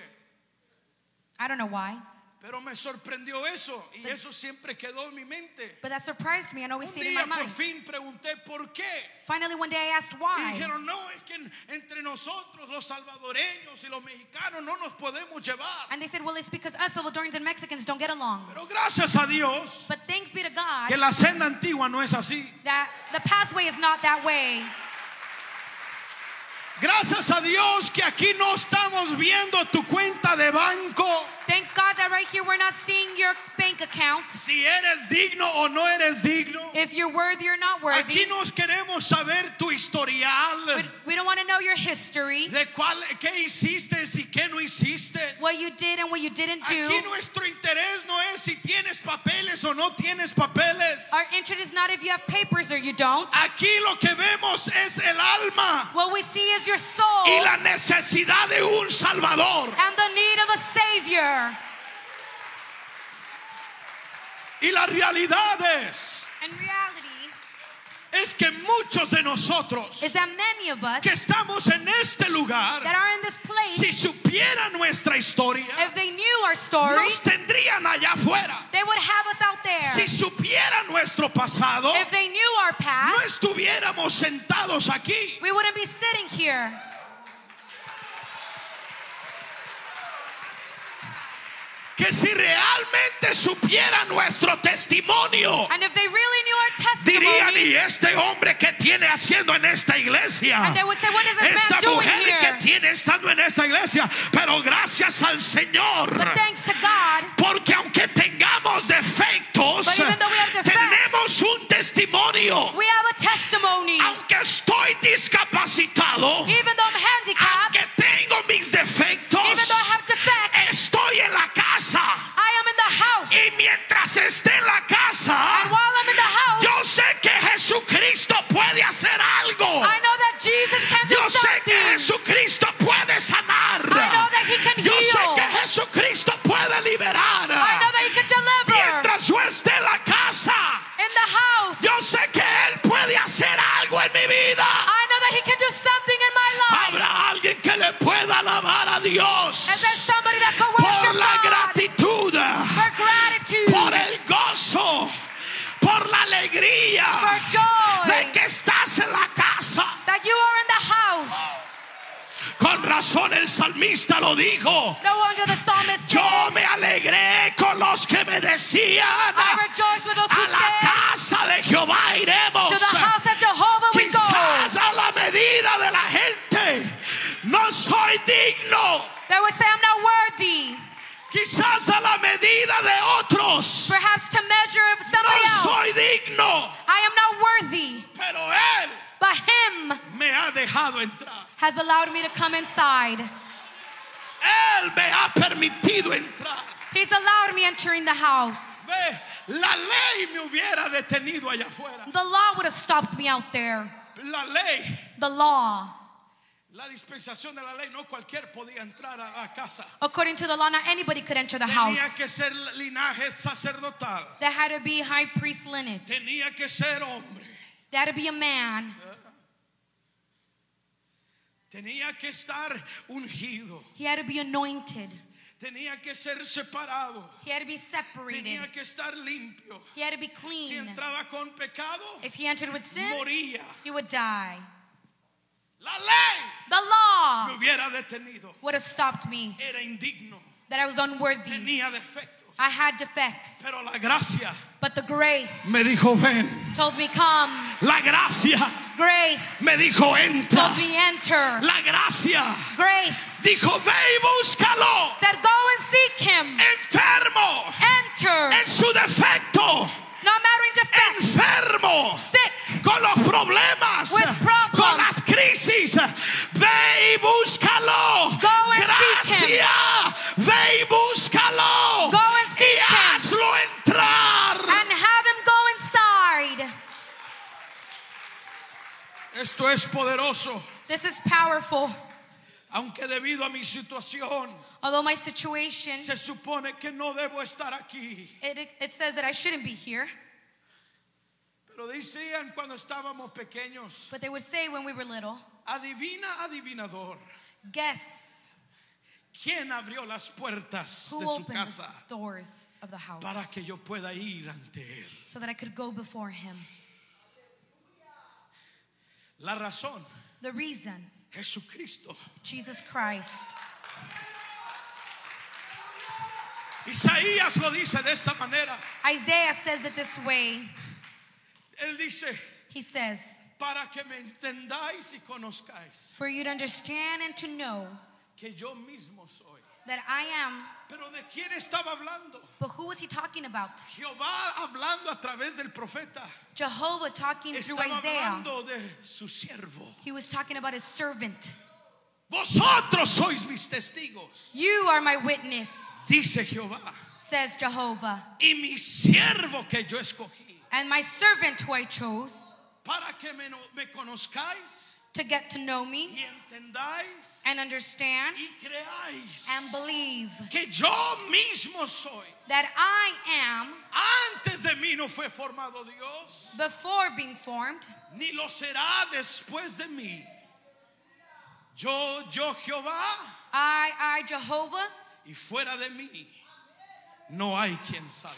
B: I don't know why,
A: Pero me sorprendió eso y eso siempre quedó en mi mente.
B: but that surprised me and always
A: Un
B: stayed in
A: día
B: my
A: por
B: mind.
A: fin pregunté por qué.
B: Finally, one day I asked
A: Y
B: why.
A: dijeron, no, es que en- entre nosotros los salvadoreños y los mexicanos no nos podemos llevar.
B: And they said, well, it's because us Salvadorians and Mexicans don't get along.
A: Pero gracias a Dios
B: But thanks be to God
A: que la senda antigua no es así.
B: that the pathway is not that way.
A: Gracias a Dios que aquí no estamos viendo tu cuenta de banco,
B: Thank God that right here we're not seeing your bank account.
A: si eres digno o no eres digno.
B: If you're worthy or not worthy.
A: Aquí nos queremos saber tu
B: We,
A: historial,
B: we don't want to know your history,
A: de cuál, qué hiciste y qué no hiciste.
B: what you did and what you didn't do.
A: Aquí nuestro interés no es si tienes papeles o no tienes papeles.
B: Our interest is not if you have papers or you don't.
A: Aquí lo que vemos es el alma
B: What we see is your soul
A: y la necesidad de un Salvador
B: and the need of a Savior.
A: y la realidad es
B: And reality
A: es que muchos de nosotros
B: is that many of us
A: que estamos en este lugar
B: that are in this place,
A: si supieran nuestra historia
B: if they knew our story,
A: nos tendrían allá afuera
B: they would have us out there.
A: si supieran nuestro pasado
B: If they knew our
A: no
B: past,
A: estuviéramos sentados aquí
B: we wouldn't be sitting here.
A: que si realmente supieran nuestro testimonio
B: And if they really knew our
A: Dirían,
B: testimony,
A: ¿y este hombre que tiene haciendo en esta iglesia?
B: And they would say, "What is this man
A: Esta
B: doing
A: mujer
B: here?"
A: que tiene estando en esta iglesia. Pero gracias al Señor.
B: but thanks to God,
A: Porque aunque tengamos defectos,
B: But even though we have defects,
A: tenemos un testimonio.
B: we have a testimony.
A: Aunque estoy discapacitado,
B: Even though I'm handicapped,
A: aunque tengo mis defectos,
B: even though I have defects,
A: estoy en la casa.
B: I am in the house.
A: Y mientras esté en la casa,
B: And while I'm in the house,
A: yo sé que Jesucristo puede hacer algo.
B: I know that Jesus can do
A: Yo sé que
B: something.
A: Jesucristo puede sanar.
B: I know that He can
A: Yo sé
B: heal.
A: que Jesucristo puede liberar.
B: I know that He can deliver
A: Mientras yo esté en la casa,
B: in the house.
A: yo sé que Él puede hacer algo en mi vida.
B: I know that He can do something in my life.
A: Habrá alguien que le pueda alabar a
B: And there's
A: Dios
B: somebody that can
A: por
B: worship
A: la
B: God
A: gratitud,
B: for gratitude,
A: por el gozo, por la alegría
B: for joy,
A: de que estás en la casa.
B: that you are in the house.
A: Con razón el salmista lo dijo.
B: No wonder the psalmist
A: Yo
B: said,
A: me alegré con los que me decían
B: I rejoice with those who
A: a la
B: say,
A: casa de Jehová iremos.
B: to the house of Jehovah we go.
A: Quizás a la medida de la gente. No soy digno.
B: They would say, I'm not worthy.
A: Quizás a la medida de otros.
B: Perhaps to measure of somebody
A: No
B: else.
A: soy digno.
B: I am not worthy.
A: Pero Él
B: But Him
A: me ha dejado entrar.
B: has allowed me to come inside.
A: Él me ha permitido entrar.
B: He's allowed me entering the house.
A: Ve, La ley me hubiera detenido allá afuera.
B: The law would have stopped me out there.
A: La ley,
B: The law.
A: la dispensación de la ley, no cualquier podía entrar a, a casa.
B: According to the law, not anybody could enter the
A: Tenía
B: house.
A: que ser linaje sacerdotal.
B: There had to be high priest lineage.
A: Tenía que ser hombre.
B: There had to be a man.
A: Tenía que estar ungido.
B: He had to be anointed.
A: Tenía que ser separado.
B: He had to be separated.
A: Tenía que estar limpio.
B: He had to be
A: Si
B: clean.
A: entraba con pecado,
B: If he entered with sin,
A: moría.
B: he would die.
A: La ley
B: The
A: me
B: law
A: hubiera detenido.
B: would have stopped me,
A: Era indigno.
B: that I was unworthy.
A: Tenía defectos.
B: I had defects.
A: Pero la gracia
B: But the grace
A: me dijo ven.
B: told me, Come.
A: La gracia
B: Grace
A: me dijo entra.
B: told me, Enter.
A: La gracia
B: Grace
A: dijo ve y búscalo.
B: said, Go and seek him.
A: Enfermo.
B: Enter.
A: En su defecto.
B: No matter in defect,
A: Enfermo.
B: sick,
A: con los problemas,
B: With problems.
A: con las crisis. Ve y búscalo.
B: Go and seek him.
A: Gracia. Ve y búscalo.
B: Go and
A: y
B: seek him. Ah.
A: hazlo entrar.
B: and have him go inside.
A: Esto es poderoso.
B: This is powerful.
A: Aunque debido a mi situación,
B: Although my situation,
A: se supone que no debo estar aquí.
B: it, it says that I shouldn't be here.
A: Pero decían cuando estábamos pequeños,
B: But they would say when we were little,
A: adivina, adivinador,
B: guess
A: ¿quién abrió las puertas
B: who
A: de su
B: opened
A: casa
B: the doors of the house
A: para que yo pueda ir ante él?
B: so that I could go before him.
A: La razón,
B: The reason,
A: Jesucristo.
B: Jesus Christ.
A: Isaías lo dice de esta manera.
B: Isaiah says it this way.
A: Él dice,
B: He says,
A: para que me entendáis y conozcáis
B: For you to understand and to know
A: que yo mismo soy.
B: that I am.
A: Pero ¿de quién estaba hablando?
B: But who was he talking about?
A: Jehová hablando a través del profeta.
B: Jehovah talking through
A: Estaba
B: Isaiah.
A: hablando de su siervo.
B: He was talking about his servant.
A: Vosotros sois mis testigos,
B: You are my witness,
A: dice Jehová.
B: says Jehovah,
A: Y mi siervo que yo escogí,
B: and my servant who I chose
A: para que me, no- me conozcáis
B: to get to know me
A: y entendáis
B: and understand
A: y creáis
B: and believe
A: que yo mismo soy.
B: that I am
A: Antes de mí no fue formado Dios,
B: before being formed,
A: ni lo será después de mí. Yo, yo Jehová,
B: I, I, Jehovah,
A: y fuera de mí no hay quien salve.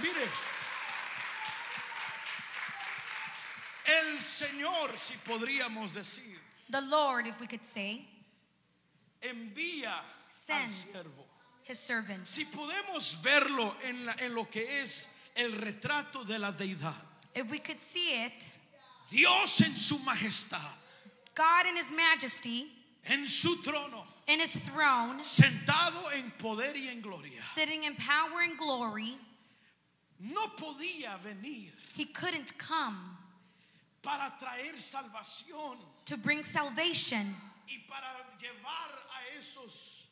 A: Mire, el Señor, si podríamos decir,
B: the Lord, if we could say,
A: envía al
B: Sends.
A: siervo.
B: his servant.
A: Si podemos verlo en, la- en lo que es el retrato de la deidad,
B: If we could see it,
A: Dios en su majestad.
B: God in his majesty,
A: en su trono,
B: in his throne,
A: sentado en poder y en gloria.
B: sitting in power and glory,
A: No podía venir
B: he couldn't come
A: para traer salvación
B: to bring salvation
A: y para llevar a esos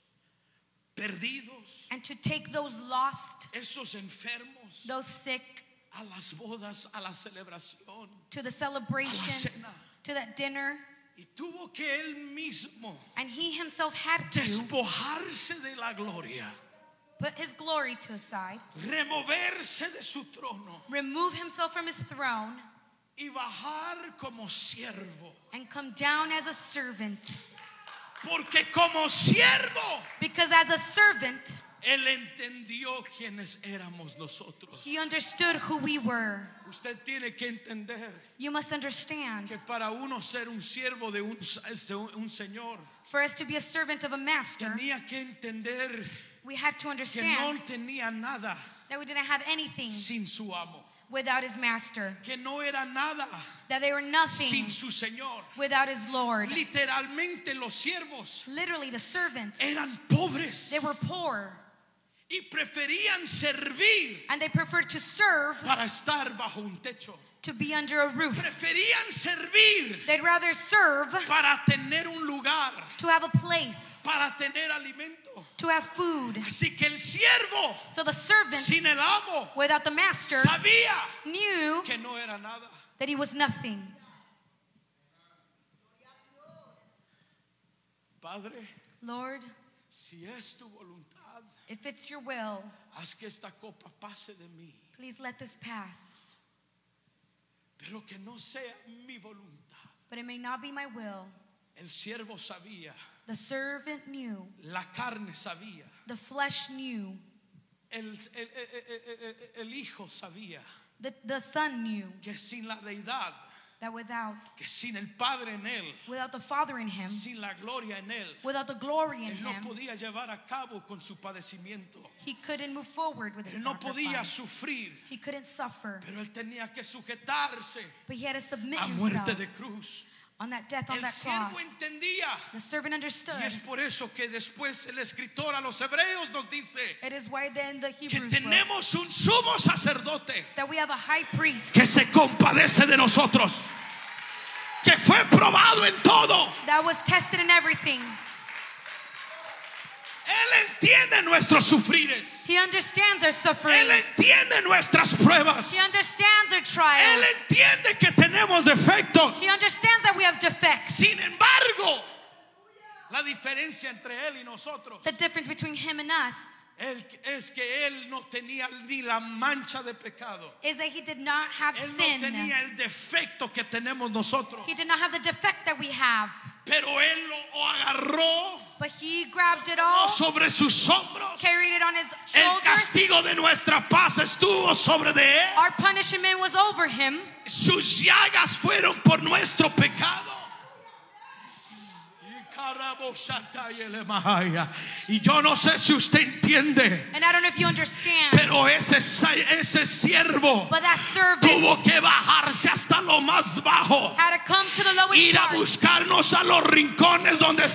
A: perdidos,
B: and to take those lost,
A: esos enfermos,
B: those sick,
A: a las bodas, a la celebración.
B: to the celebration,
A: cena.
B: to that dinner,
A: Y tuvo que él mismo
B: and he himself had to
A: despojarse de la gloria,
B: put his glory to the side,
A: removerse de su trono
B: remove himself from his throne,
A: y bajar como siervo.
B: and come down as a servant.
A: Porque como siervo
B: Because as a servant,
A: Él entendió quiénes éramos nosotros.
B: he understood who we were.
A: Usted tiene que entender
B: You must understand,
A: que para uno ser un siervo de un, un Señor,
B: for us to be a servant of a master,
A: tenía que entender
B: we had to
A: que
B: understand
A: no tenía nada
B: that we didn't have anything
A: sin su amo,
B: without his master,
A: que no era nada
B: that they were nothing
A: sin su Señor.
B: without his Lord.
A: Literalmente los siervos
B: Literally, the servants,
A: eran pobres
B: they were poor.
A: y preferían servir
B: and they prefer to serve
A: para estar bajo un techo.
B: to be under a roof.
A: Preferían servir
B: They'd rather serve
A: para tener un lugar,
B: to have a place,
A: para tener alimento.
B: to have food.
A: Así que el siervo,
B: So the servant,
A: sin el amo,
B: without the master,
A: sabía
B: knew
A: que no era nada.
B: that he was nothing.
A: Padre,
B: Lord,
A: si es tu voluntad,
B: if it's your will,
A: haz que esta copa pase de mí,
B: please let this pass.
A: pero que no sea mi voluntad.
B: But it may not be my will.
A: El siervo sabía,
B: The servant knew,
A: la carne sabía,
B: the flesh knew,
A: el, el- el- el- el- el hijo sabía
B: the, the son knew
A: que sin la deidad,
B: that without
A: que sin el Padre en él,
B: without the Father in him,
A: sin la gloria en él,
B: without the glory in
A: él no
B: him,
A: podía llevar a cabo con su padecimiento.
B: he couldn't move forward with his
A: Él no podía
B: sacrifice.
A: sufrir,
B: He couldn't suffer,
A: pero él tenía que sujetarse
B: but he had to submit
A: a muerte
B: himself
A: de cruz.
B: on that death on
A: El
B: that cross.
A: siervo entendía.
B: The servant understood.
A: Y es por eso que después el escritor a los hebreos nos dice
B: It is why then the
A: que
B: Hebrews wrote
A: tenemos un sumo sacerdote
B: that we have a high priest
A: que se compadece de nosotros, que fue probado en todo.
B: that was tested in everything.
A: Él entiende nuestros sufrires,
B: He understands our suffering.
A: él entiende nuestras pruebas,
B: He understands our
A: él
B: trials.
A: entiende que tenemos defectos.
B: He understands that we have defects.
A: Sin embargo, la diferencia entre él y nosotros
B: The difference between him and us
A: él- es que él no tenía ni la mancha de pecado.
B: is that he did not have
A: Él
B: sin.
A: no tenía el defecto que tenemos nosotros,
B: He did not have the defect that we have,
A: pero él lo agarró
B: but he grabbed it all,
A: sobre sus hombros.
B: Oh. carried it on his
A: El
B: shoulders.
A: castigo de nuestra paz estuvo sobre de él.
B: Our punishment was over him.
A: Sus llagas fueron por nuestro pecado. Y carabosata y elemahaya. Y yo no sé si usted entiende,
B: And I don't know if you understand,
A: pero ese sa- ese siervo
B: but that
A: tuvo
B: servant
A: que bajarse hasta lo más bajo.
B: had to come to the lowest
A: ir a
B: part.
A: buscarnos a los rincones donde
B: And go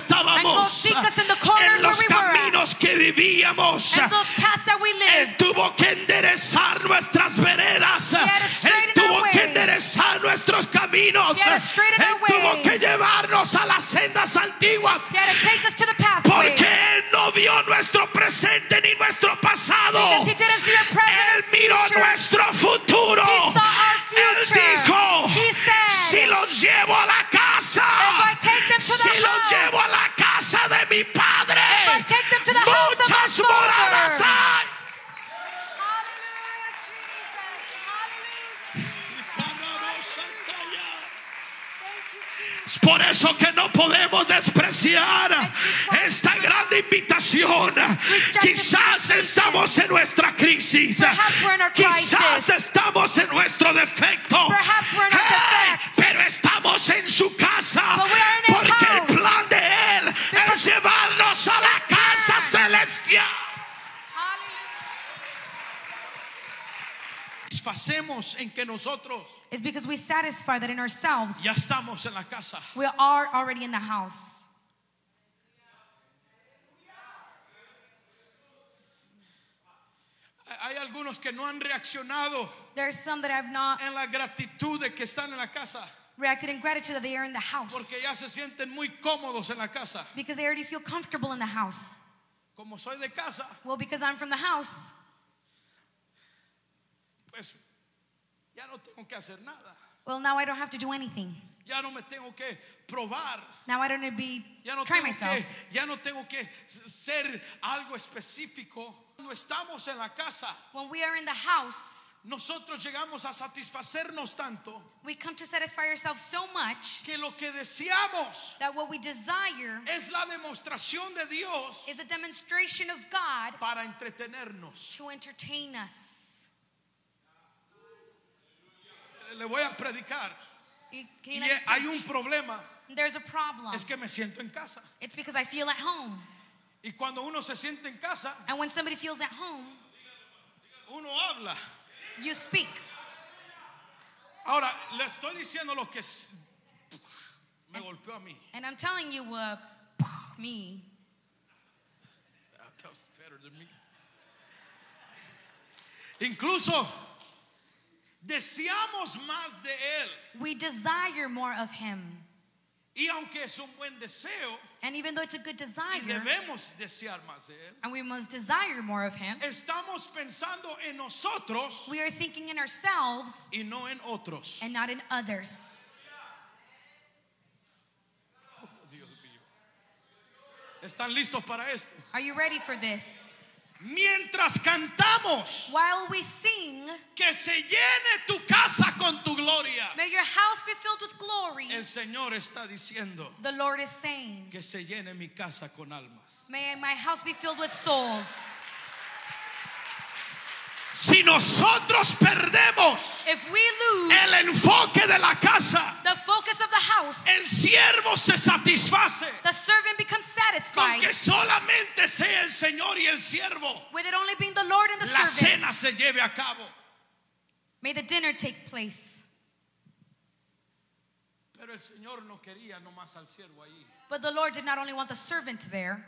A: estábamos,
B: seek us in the corners
A: en los
B: where we were at.
A: caminos que vivíamos.
B: And those paths that we
A: Él
B: live,
A: tuvo que enderezar nuestras veredas.
B: had to
A: Él
B: straighten
A: tuvo
B: our
A: que
B: ways.
A: enderezar nuestros caminos.
B: He had to straighten
A: Él
B: our
A: tuvo
B: ways.
A: que llevarnos a las sendas antiguas.
B: he had to take us to the pathway.
A: Porque Él no vio nuestro presente ni nuestro pasado.
B: Because he didn't see our
A: Él
B: present
A: miró
B: or future.
A: nuestro futuro.
B: He saw our
A: Él
B: future.
A: dijo,
B: He said,
A: si los llevo a la casa,
B: If I take them to
A: si
B: the
A: los
B: house,
A: llevo a la casa de mi padre,
B: If I take them to the house of my
A: muchas
B: father."
A: moradas hay.
B: Hallelujah, Jesus. Hallelujah, Thank you, Jesus.
A: Es Por eso que no podemos despreciar esta grande invitación. Quizás estamos en nuestra crisis.
B: Perhaps we're in our crisis.
A: Quizás estamos en nuestro defecto.
B: Perhaps we're in our
A: ¡Eh!
B: defect.
A: Pero estamos en su casa.
B: But we are in his
A: Porque el
B: house.
A: plan de Él es
B: Because-
A: llevarnos a la casa
B: Yes,
A: celestial.
B: Hallelujah.
A: Facemos en que nosotros
B: It's because we satisfy that in ourselves.
A: ya estamos en la casa.
B: We are already in the house.
A: Hay algunos que no han reaccionado
B: There are some that have not
A: en la gratitud de que están en la casa.
B: reacted in gratitude that they are in the house
A: Porque ya se sienten muy cómodos en la casa.
B: because they already feel comfortable in the house.
A: Como soy de casa,
B: Well, because I'm from the house,
A: pues ya no tengo que hacer nada.
B: well, now I don't have to do anything.
A: Ya no me tengo que probar.
B: Now I don't need to be
A: Ya no,
B: try
A: tengo
B: myself.
A: que, ya no tengo que s- ser algo específico. Cuando estamos en la casa,
B: When we are in the house,
A: nosotros llegamos a satisfacernos tanto
B: we come to satisfy ourselves so much
A: que lo que deseamos
B: that what we desire
A: es la demostración de Dios
B: is a demonstration of God
A: para entretenernos.
B: to entertain us.
A: Le voy a predicar.
B: You- can you
A: Y
B: let
A: hay
B: me
A: un
B: preach?
A: problema,
B: There's a problem.
A: es que me siento en casa.
B: It's because I feel at home.
A: Y cuando uno se siente en casa,
B: And when somebody feels at home,
A: uno habla.
B: you speak.
A: Ahora, le estoy diciendo lo que s- me golpeó a mí.
B: And I'm telling you, uh, me.
A: That was better than me. Incluso
C: Deseamos más de Él.
B: We desire more of Him.
C: Y aunque es un buen deseo,
B: And even though it's a good
C: y
B: desire,
C: debemos desear más de Él,
B: and we must desire more of Him,
C: estamos pensando en nosotros
B: we are thinking in ourselves
C: y no en otros.
B: and not in others.
C: Oh, Dios mío. ¿Están listos para esto?
B: Are you ready for this?
C: Mientras cantamos,
B: While we sing,
C: que se llene tu casa con tu gloria.
B: may your house be filled with glory.
C: El Señor está diciendo
B: The Lord is saying,
C: que se llene mi casa con almas.
B: May my house be filled with souls.
C: Si nosotros perdemos
B: If we lose
C: el enfoque de la casa,
B: the focus of the house,
C: el siervo se satisface
B: the servant becomes
C: con
B: satisfied
C: que solamente sea el Señor y el siervo.
B: with it only being the Lord and the
C: La
B: servant.
C: cena se lleve a cabo.
B: May the dinner take place.
C: Pero el Señor no quería nomás al siervo allí.
B: But the Lord did not only want the servant there,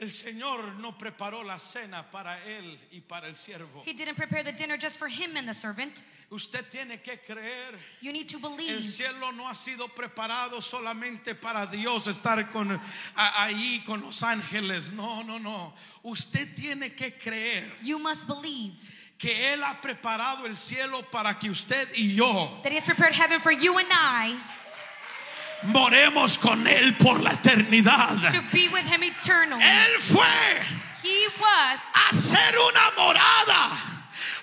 C: El Señor no preparó la cena para él y para el siervo.
B: He didn't prepare the dinner just for him and the servant.
C: Usted tiene que creer.
B: You need to
C: El
B: believe
C: cielo no ha sido preparado solamente para Dios estar con a- ahí con los ángeles. No, no, no. Usted tiene que creer
B: You must believe
C: que él ha preparado el cielo para que usted y yo
B: that He has prepared heaven for you and I
C: moremos con él por la eternidad.
B: to be with Him eternally.
C: Él fue
B: He was
C: a hacer una morada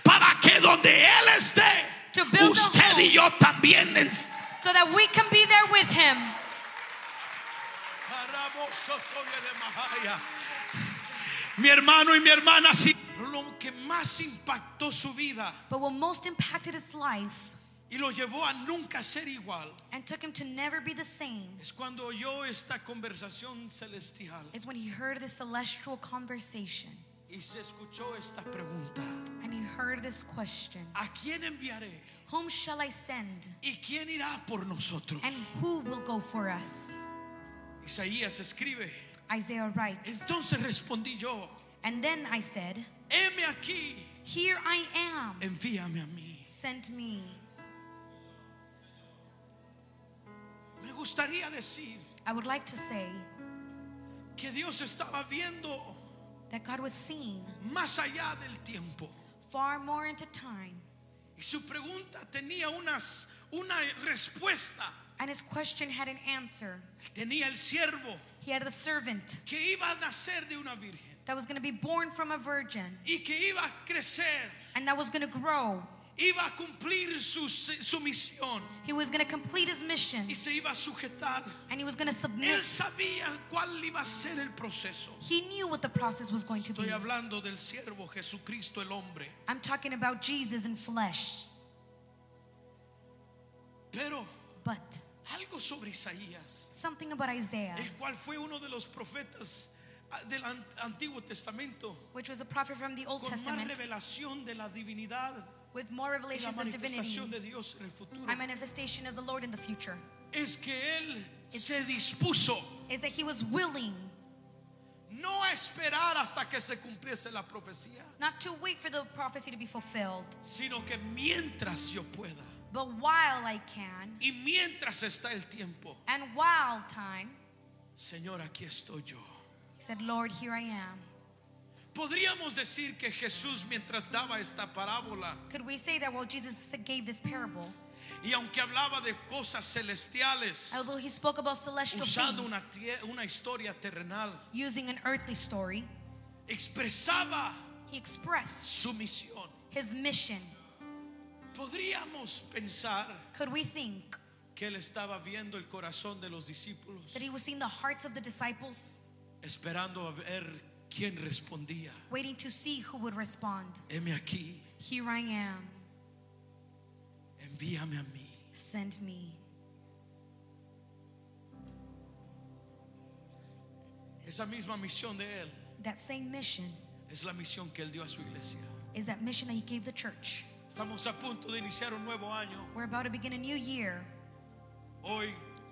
C: para que donde él esté
B: To build a
C: usted y
B: home.
C: yo también en-
B: so that we can be there with Him.
C: Mi hermano y mi hermana, sí. lo que más impactó su vida
B: But what most impacted His life
C: y lo llevó a nunca ser igual
B: and took Him to never be the same
C: es cuando oyó esta conversación celestial
B: is when He heard this celestial conversation
C: y se escuchó esta pregunta.
B: and He heard this question
C: ¿A quién enviaré?
B: Whom shall I send?
C: ¿Y quién irá por nosotros?
B: And who will go for us?
C: Isaías escribe.
B: Isaiah writes,
C: Entonces respondí yo,
B: And then I said,
C: heme aquí,
B: Here I am,
C: envíame a mí.
B: send me.
C: Me gustaría decir
B: I would like to say
C: que Dios estaba viendo
B: that God was seeing
C: más allá del tiempo.
B: far more into time,
C: Y su pregunta tenía unas, una respuesta.
B: and his question had an answer.
C: Tenía el siervo
B: He had a servant
C: que iba a nacer de una virgen
B: that was going to be born from a virgin,
C: y que iba a crecer,
B: and that was going to grow.
C: iba a cumplir su, su misión
B: He was going to complete his mission,
C: y se iba a sujetar.
B: and he was going to
C: Él
B: submit.
C: sabía cuál iba a ser el proceso.
B: He knew what the process was going to be.
C: Estoy hablando del siervo Jesucristo el hombre.
B: I'm talking about Jesus in flesh.
C: Pero
B: But
C: algo sobre Isaías,
B: something about Isaiah,
C: el cual fue uno de los profetas ah, del Ant- Antiguo Testamento,
B: which was a prophet from the Old
C: con más
B: Testament,
C: revelación de la divinidad
B: with more
C: y la
B: revelations of divinity,
C: manifestación de Dios en el futuro
B: a manifestation of the Lord in the future,
C: es que él se dispuso
B: is that he was willing
C: no a esperar hasta que se cumpliese la profecía,
B: not to wait for the prophecy to be fulfilled,
C: sino que mientras yo pueda
B: but while I can,
C: y mientras está el tiempo,
B: and while time,
C: Señor, aquí estoy yo.
B: he said, Lord, here I am.
C: Podríamos decir que Jesús mientras daba esta parábola
B: Could we say that while Jesus gave this parable,
C: y aunque hablaba de cosas celestiales,
B: although he spoke about celestial
C: usando
B: things,
C: una, tie- una historia terrenal,
B: using an earthly story,
C: expresaba
B: he expressed
C: su misión.
B: his mission.
C: Podríamos pensar
B: Could we think
C: que él estaba viendo el corazón de los discípulos,
B: that he was seeing the hearts of the disciples,
C: esperando a ver quién respondía.
B: waiting to see who would respond?
C: Heme aquí,
B: Here I am,
C: envíame a mí.
B: send me.
C: Esa misma misión de él
B: That same mission
C: es la misión que él dio a su iglesia.
B: is that mission that he gave the church.
C: Estamos a punto de iniciar un nuevo año.
B: We're about to begin a new year.
C: Hoy,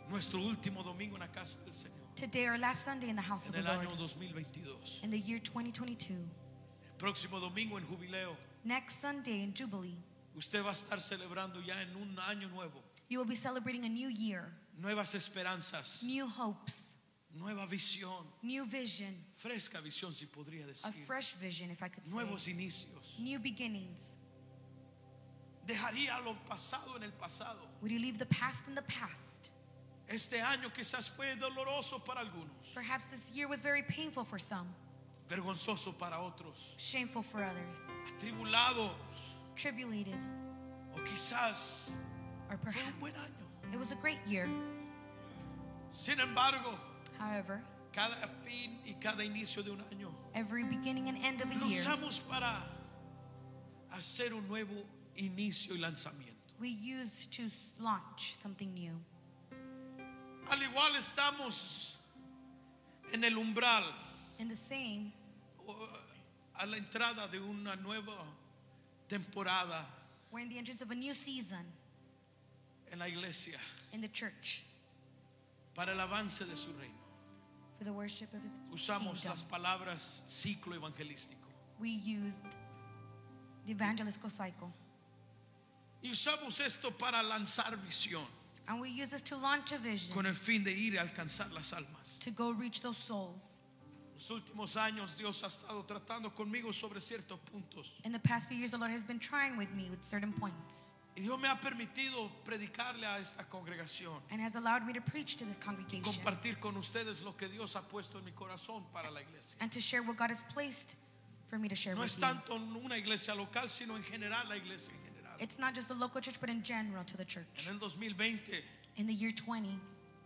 C: nuestro último domingo en la casa del Señor,
B: Today, our last Sunday in the house of
C: en
B: the
C: el
B: Lord,
C: año 2022.
B: in the year 2022.
C: El próximo domingo en jubileo,
B: Next Sunday in Jubilee,
C: Usted va a estar celebrando ya en un año nuevo,
B: You will be celebrating a new year,
C: nuevas esperanzas,
B: new hopes,
C: nueva visión,
B: new vision,
C: fresca visión si podría
B: a
C: decir,
B: fresh vision, if I could
C: nuevos
B: say.
C: inicios.
B: New beginnings.
C: Dejaría lo pasado en el pasado.
B: Would you leave the past in the past?
C: Este año quizás fue doloroso para algunos,
B: Perhaps this year was very painful for some,
C: vergonzoso para otros,
B: shameful for others,
C: atribulados
B: tribulated,
C: o quizás
B: or
C: fue un buen
B: perhaps
C: año.
B: it was a great year.
C: Sin embargo,
B: However,
C: cada fin y cada inicio de un año
B: every beginning and end of
C: lo
B: a year,
C: usamos para hacer un nuevo inicio y lanzamiento.
B: we use to s- launch something new.
C: Al igual estamos en el umbral,
B: And the same,
C: o, a la entrada de una nueva temporada
B: we're in the entrance of a new season
C: en la iglesia
B: in the church
C: para el avance de su reino.
B: for the worship of His
C: Usamos
B: kingdom.
C: las palabras ciclo evangelístico
B: We used the evangelical cycle,
C: y usamos esto para lanzar visión
B: and we use this to launch a vision
C: con el fin de ir a alcanzar las almas.
B: to go reach those souls.
C: Los últimos años Dios ha estado tratando conmigo sobre ciertos puntos
B: In the past few years, the Lord has been trying with me with certain points.
C: y Dios me ha permitido predicarle a esta congregación,
B: and has allowed me to preach to this congregation
C: compartir con ustedes lo que Dios ha puesto en mi corazón para la iglesia.
B: and to share what God has placed for me to share
C: No
B: with
C: es
B: you.
C: tanto en una iglesia local, sino en general la iglesia en general.
B: It's not just the local church, but in general to the
C: En
B: church.
C: el 2020,
B: In the year 20,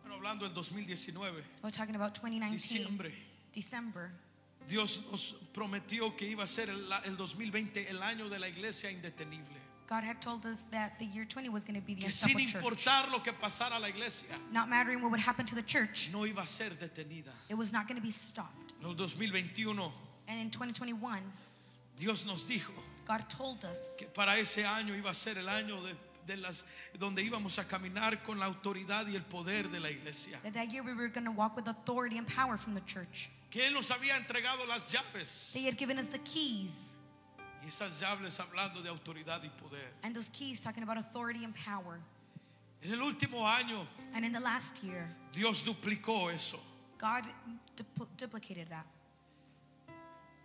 C: bueno, hablando del 2019,
B: we're talking about 2019,
C: diciembre.
B: December.
C: Dios nos prometió que iba a ser el, el 2020 el año de la iglesia indetenible.
B: God had told us that the year 20 was going to be the
C: Que sin
B: unstoppable church.
C: importar lo que pasara a la iglesia,
B: Not mattering what would happen to the church,
C: no iba a ser detenida.
B: it was not going to be stopped.
C: En el 2021,
B: And in 2021,
C: Dios nos dijo
B: God told us
C: que para ese año iba a ser el año de, de las, donde íbamos a caminar con la autoridad y el poder de la iglesia.
B: that that year we were going to walk with authority and power from the church.
C: Que Él nos había entregado las llaves.
B: They had given us the keys,
C: Y esas llaves hablando de autoridad y poder.
B: and those keys talking about authority and power.
C: En el último año,
B: And in the last year,
C: Dios duplicó eso.
B: God dupl- duplicated that.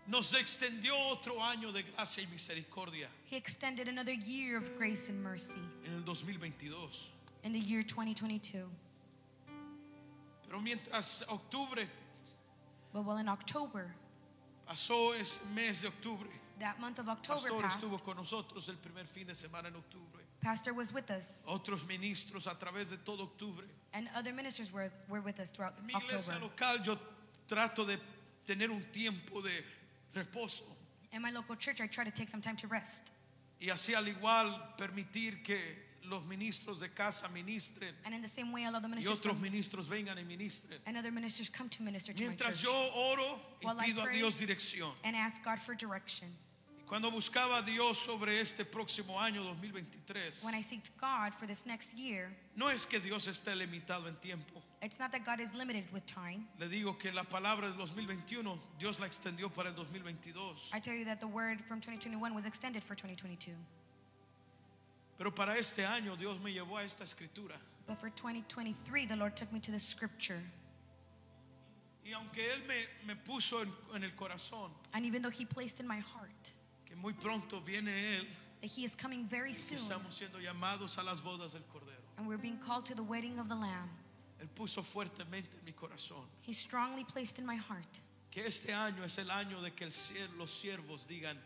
C: Nos extendió otro año de gracia y misericordia.
B: He extended another year of grace and mercy
C: en el 2022.
B: in the year 2022.
C: Pero mientras octubre
B: But well, in October,
C: pasó ese mes de octubre,
B: that month of
C: el
B: October
C: pastor
B: passed.
C: estuvo con nosotros el primer fin de semana en octubre.
B: Pastor was with us,
C: Otros ministros a través de todo octubre.
B: and other ministers were, were with us throughout
C: En mi iglesia
B: October.
C: local yo trato de tener un tiempo de reposo
B: In my local church, I try to take some time to rest,
C: y así al igual permitir que los ministros de casa ministren
B: and in the same way, I love the
C: y
B: ministers
C: otros
B: from-
C: ministros vengan y ministren.
B: and other ministers come to minister to my
C: Mientras
B: church
C: yo oro y
B: While I
C: pido a
B: pray.
C: Dios dirección.
B: and ask God for direction.
C: Y Cuando buscaba a Dios sobre este próximo año 2023,
B: When I seeked God for this next year,
C: no es que Dios esté limitado en tiempo.
B: it's not that God is limited with time.
C: Le digo que la palabra del 2021, Dios la extendió para el 2022.
B: I tell you that the word from 2021 was extended for 2022.
C: Pero para este año Dios me llevó a esta escritura.
B: But for 2023, the Lord took me to the scripture.
C: Y aunque Él me, me puso en, en el corazón
B: And even though He placed in my heart
C: que muy pronto viene Él,
B: that He is coming very
C: que
B: soon
C: estamos siendo llamados a las bodas del Cordero,
B: and we're being called to the wedding of the Lamb,
C: Él puso fuertemente en mi corazón
B: He strongly placed in my heart
C: que este año es el año de que el cier- los siervos digan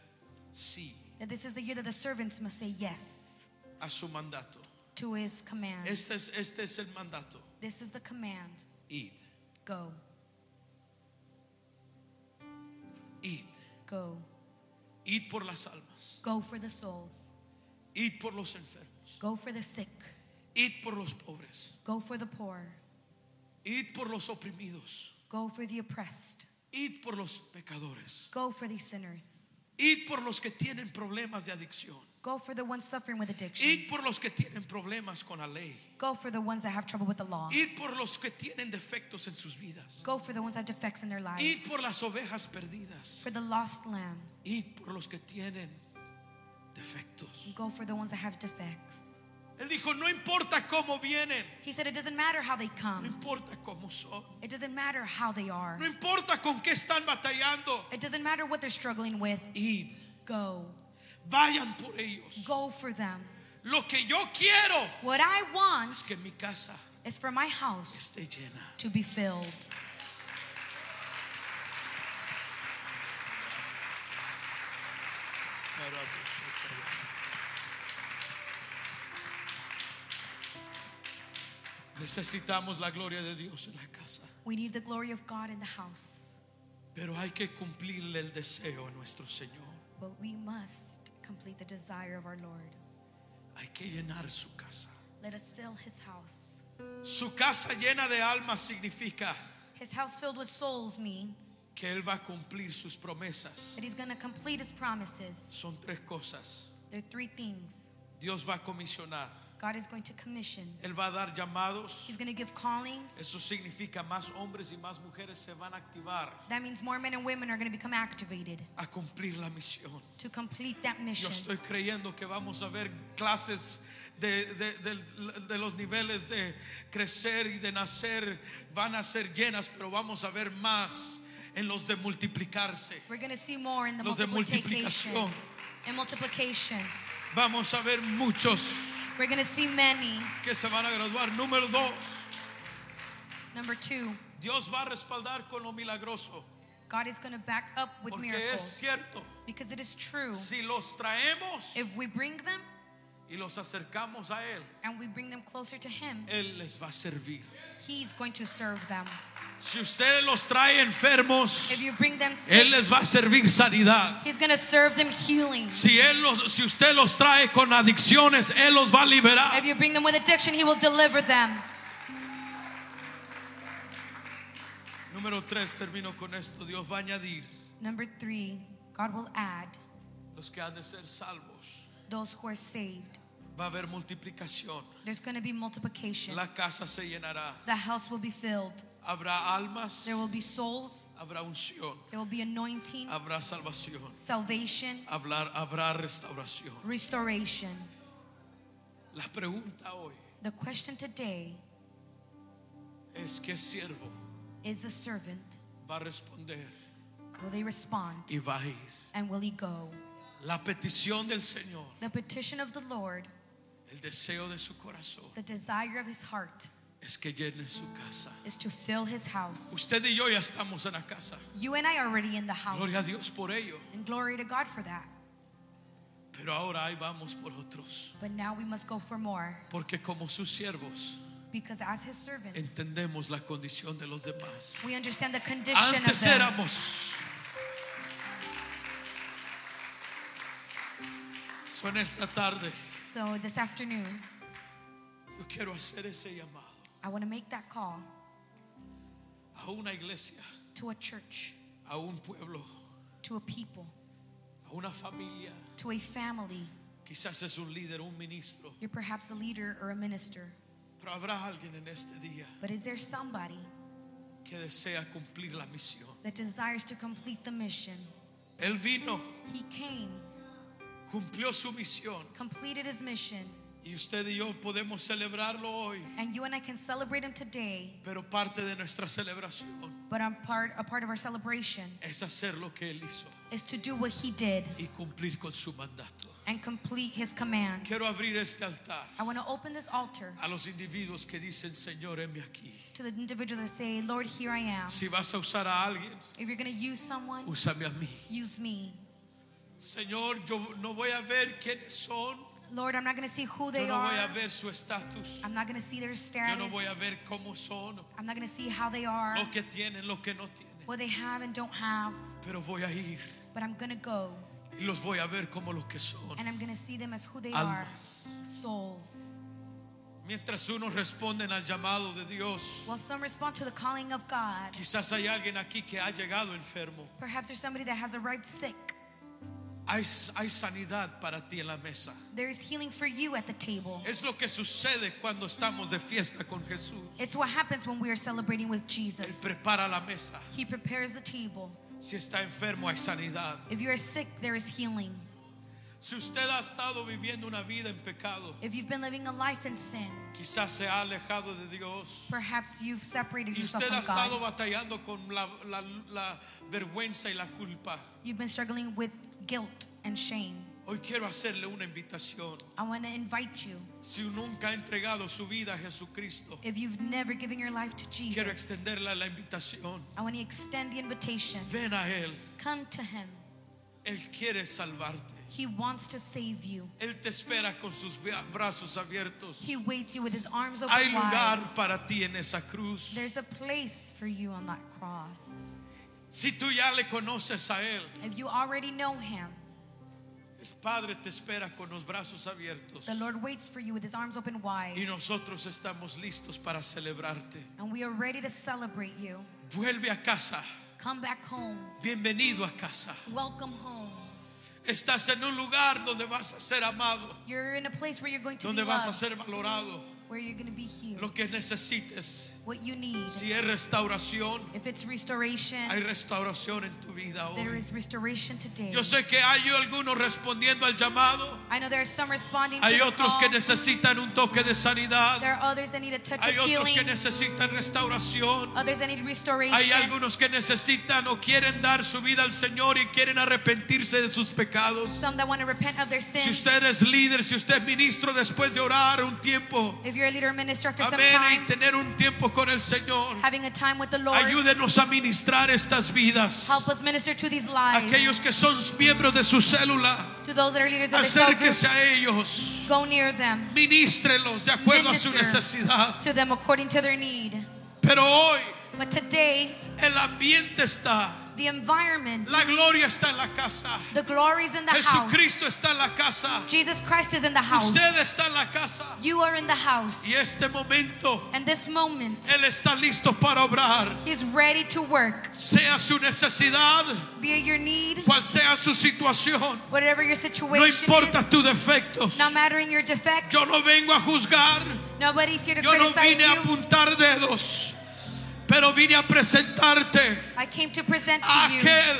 C: sí
B: that this is the year that the servants must say yes
C: a su mandato.
B: to His command.
C: Este es, este es el mandato.
B: This is the command
C: Id,
B: go,
C: id,
B: go,
C: id por las almas,
B: go for the souls,
C: id por los enfermos,
B: go for the sick,
C: id por los pobres,
B: go for the poor,
C: id por los oprimidos,
B: go for the oppressed,
C: id por los pecadores,
B: go for the sinners,
C: id por los que tienen problemas de adicción,
B: go for the ones suffering with addiction.
C: id por los que tienen problemas con la ley,
B: Go for the ones that have trouble with the law.
C: id por los que tienen defectos en sus vidas,
B: Go for the ones that have defects in their
C: id
B: lives.
C: por las ovejas perdidas,
B: For the lost lambs.
C: id por los que tienen defectos.
B: Go for the ones that have defects.
C: Él dijo, no importa cómo vienen,
B: He said it doesn't matter how they
C: no
B: come.
C: importa cómo son,
B: It doesn't matter how they are.
C: no importa con qué están batallando,
B: It doesn't matter what they're struggling with.
C: id,
B: Go.
C: vayan por ellos.
B: Go for them.
C: Lo que yo quiero
B: What I
C: es
B: want
C: que mi casa
B: is for my house
C: esté llena.
B: to be filled.
C: Necesitamos la gloria de Dios en la casa,
B: We need the glory of God in the house.
C: pero hay que cumplirle el deseo a nuestro Señor.
B: But we must complete the desire of our Lord.
C: Hay que llenar su casa.
B: Let us fill his house.
C: Su casa llena de almas significa
B: His house filled with souls means
C: que Él va a cumplir sus promesas.
B: that he's going to complete his promises.
C: Son tres cosas.
B: There are three things
C: Dios va a comisionar.
B: God is going to commission.
C: Él va a dar llamados.
B: He's going to give callings.
C: Eso significa más hombres y más mujeres se van a activar
B: That means more men and women are going to become activated
C: a cumplir la misión.
B: to complete that
C: Yo
B: mission.
C: estoy creyendo que vamos a ver clases de, de- de- de los niveles de crecer y de nacer. Van a ser llenas, pero vamos a ver más en los de multiplicarse.
B: We're going to see more in the
C: Los de
B: multiplication
C: multiplicación.
B: and multiplication.
C: Vamos a ver muchos
B: We're going to see many.
C: que se van a graduar. Número dos,
B: Number two,
C: Dios va a respaldar con lo milagroso.
B: God is going to back up with
C: Porque es
B: miracles
C: cierto,
B: because it is true.
C: si los traemos
B: If we bring them
C: y los acercamos a Él,
B: and we bring them closer to Him,
C: Él les va a servir.
B: He's going to serve them.
C: Si usted los trae enfermos,
B: If you bring them
C: Él
B: sick,
C: les va a servir sanidad.
B: He's going to serve them healing.
C: Si, él los, si usted los trae con adicciones, Él los va a
B: If
C: liberar.
B: you bring them with addiction, He will deliver them.
C: Número tres, termino con esto. Dios va a añadir
B: Number three, God will add
C: los que han de ser salvos.
B: those who are saved.
C: Va a haber multiplicación.
B: There's going to be multiplication.
C: La casa se llenará.
B: The house will be filled.
C: Habrá almas,
B: There will be souls.
C: habrá unción,
B: There will be anointing,
C: habrá salvación,
B: salvation,
C: hablar, habrá restauración.
B: restoration.
C: La pregunta hoy
B: The question today
C: es qué siervo
B: is the servant,
C: va a responder
B: will they respond
C: y va a ir.
B: and will he go?
C: La petición del Señor,
B: The petition of the Lord,
C: el deseo de su corazón
B: the desire of his heart,
C: es que llene su casa.
B: is to fill his house.
C: Usted y yo ya estamos en la casa.
B: You and I are already in the house.
C: Gloria a Dios por ello.
B: And glory to God for that.
C: Pero ahora ahí vamos por otros.
B: But now we must go for more
C: Porque como sus siervos
B: because as his servants,
C: entendemos la condición de los demás.
B: we understand the condition of
C: Antes
B: them.
C: éramos. Son esta tarde.
B: So this afternoon,
C: Yo quiero hacer ese llamado
B: I want to make that call
C: a una iglesia,
B: to a church,
C: a un pueblo,
B: to a people,
C: a una familia.
B: to a family.
C: Quizás es un líder, un ministro.
B: You're perhaps a leader or a minister.
C: Pero habrá alguien en este día
B: But is there somebody
C: que desea cumplir la misión.
B: that desires to complete the mission?
C: Él vino,
B: He came,
C: cumplió su misión.
B: completed his mission,
C: Y usted y yo podemos celebrarlo hoy.
B: and you and I can celebrate him today.
C: Pero parte de nuestra celebración
B: But on part, a part of our celebration
C: es hacer lo que Él hizo
B: is to do what he did
C: y cumplir con su mandato.
B: and complete his command.
C: Quiero abrir este altar
B: I want to open this altar
C: a los individuos que dicen, Señor, heme aquí.
B: to the individual that say, Lord, here I am.
C: Si vas a usar a alguien,
B: If you're going to use someone,
C: úsame a mí.
B: use me.
C: Señor, yo no voy a ver quiénes son,
B: Lord, I'm not going to see who
C: yo
B: they
C: no
B: are.
C: voy a ver su estatus,
B: I'm not going to see their
C: yo
B: status.
C: no voy a ver cómo son,
B: I'm not going to see how they are,
C: lo que tienen, lo que no tienen.
B: what they have and don't have.
C: Pero voy a ir
B: But I'm going to go
C: y los voy a ver como lo que son.
B: and I'm going to see them as who they
C: Almas.
B: are souls.
C: Mientras unos responden al llamado de Dios,
B: While some respond to the calling of God,
C: quizás hay alguien aquí que ha llegado enfermo.
B: perhaps there's somebody that has arrived sick.
C: Hay, hay sanidad para ti en la mesa.
B: There is healing for you at the table.
C: Es lo que sucede cuando estamos de fiesta con Jesús.
B: It's what happens when we are celebrating with
C: Él
B: Jesus.
C: prepara la mesa.
B: He prepares the table.
C: Si está enfermo hay sanidad.
B: If you are sick, there is healing.
C: Si usted ha estado viviendo una vida en pecado,
B: If you've been living a life in sin,
C: quizás se ha alejado de Dios.
B: perhaps you've separated
C: Y
B: yourself
C: usted ha
B: from
C: estado
B: God.
C: batallando con la, la- la vergüenza y la culpa.
B: You've been struggling with guilt and shame.
C: Hoy quiero hacerle una invitación.
B: I want to invite you.
C: Si nunca ha entregado su vida a Jesucristo,
B: If you've never given your life to
C: quiero
B: Jesus,
C: extenderle la invitación.
B: I want to extend the invitation.
C: Ven a Él.
B: Come to Him.
C: Él quiere salvarte.
B: He wants to save you.
C: Él te espera con sus bra- brazos abiertos.
B: He waits you with His arms open
C: Hay
B: wide.
C: lugar para ti en esa cruz.
B: There's a place for you on that cross.
C: Si tú ya le conoces a Él,
B: If you already know Him,
C: el Padre te espera con los brazos abiertos.
B: the Lord waits for you with His arms open
C: Y
B: wide.
C: nosotros estamos listos para celebrarte.
B: And we are ready to celebrate you.
C: Vuelve a casa.
B: Come back home.
C: Bienvenido a casa.
B: Welcome home.
C: Estás en un lugar donde vas a ser amado,
B: You're in a place where you're going to be
C: donde vas a
B: loved,
C: ser valorado.
B: where you're going to be healed.
C: Lo que necesites.
B: What you need.
C: Si es restauración,
B: If it's restoration,
C: hay restauración en tu vida
B: there
C: hoy.
B: is restoration today.
C: Yo sé que hay algunos respondiendo al llamado.
B: I know there are some responding to
C: Hay
B: the
C: otros
B: call.
C: que necesitan un toque de sanidad.
B: There are others that need a touch
C: Hay
B: of
C: otros que
B: healing.
C: necesitan restauración.
B: Others that need restoration.
C: Hay algunos que necesitan o quieren dar su vida al Señor y quieren arrepentirse de sus pecados.
B: Some that want to repent of their
C: Si
B: sins.
C: usted es líder, si usted es ministro, después de orar un tiempo,
B: If you're a leader or minister after some
C: amén, y
B: time,
C: tener un tiempo con el Señor,
B: having a time with the Lord,
C: ayúdenos a ministrar estas vidas.
B: help us minister to these lives.
C: Aquellos que son miembros de su célula,
B: To those that are leaders of the cell group,
C: acérquese a ellos,
B: go near them,
C: ministrelos de acuerdo a su
B: Minister.
C: necesidad.
B: to them according to their need.
C: Pero hoy
B: But today,
C: el ambiente está,
B: the environment,
C: la gloria está en la casa,
B: the glories in the house.
C: Jesucristo está en la casa.
B: Jesus Christ is in the house.
C: Usted está en la casa
B: You are in the house.
C: y este momento
B: And this moment,
C: Él está listo para obrar.
B: He's ready to work.
C: Sea su necesidad,
B: Be it your need,
C: cual sea su situación,
B: whatever your
C: no
B: situation
C: importa tus defectos.
B: is, not mattering your defects.
C: Yo no vengo a juzgar,
B: Nobody's here to
C: yo no
B: criticize
C: vine a
B: you.
C: apuntar dedos, pero vine a presentarte
B: I came to present
C: a
B: to you,
C: aquel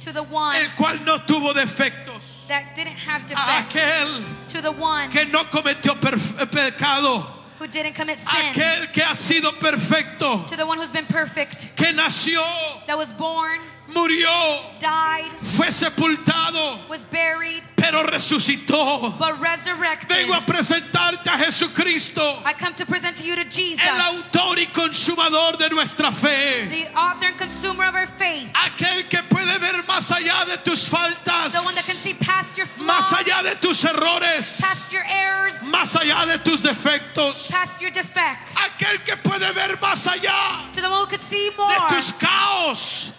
B: to the one
C: el cual no tuvo defectos,
B: that didn't have
C: a
B: defects,
C: aquel
B: to the one
C: que no cometió perf- pecado,
B: who didn't commit sin,
C: aquel que ha sido perfecto,
B: to the one who's been perfect,
C: que nació,
B: that was born,
C: murió,
B: died,
C: fue sepultado,
B: was buried,
C: pero resucitó.
B: but resurrected.
C: Vengo a presentarte a Jesucristo,
B: I come to present to you to Jesus,
C: el autor y consumador de nuestra fe,
B: the author and consumer of our faith,
C: aquel que puede ver más allá de tus
B: the one that can
C: faltas,
B: see past your
C: más
B: flaws,
C: allá de tus errores,
B: past your errors,
C: más allá de tus defectos,
B: past your defects,
C: aquel que puede ver más allá
B: to the one who could see more
C: de tus caos,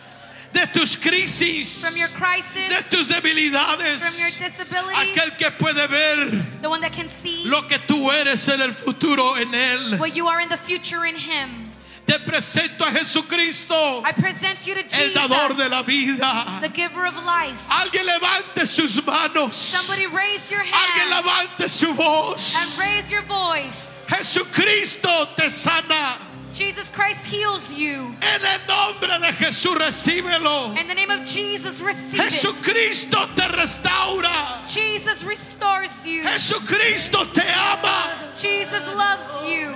C: de tus crisis,
B: from your
C: de
B: crisis,
C: tus
B: from your
C: debilidades,
B: disabilities,
C: aquel que puede ver
B: the one that can see
C: lo que tú eres en el futuro en él.
B: what you are in the future in Him.
C: Te presento a Jesucristo,
B: I present you to
C: el dador
B: Jesus,
C: de la vida.
B: the giver of life.
C: Alguien levante sus manos.
B: Somebody raise your
C: Alguien
B: hand
C: levante su voz.
B: and raise your voice.
C: Jesucristo te sana.
B: Jesus Christ heals you.
C: En el nombre de Jesús recíbelo.
B: In the name of Jesus, receive it.
C: Jesucristo te restaura.
B: Jesus restores you.
C: Jesucristo te ama.
B: Jesus loves you.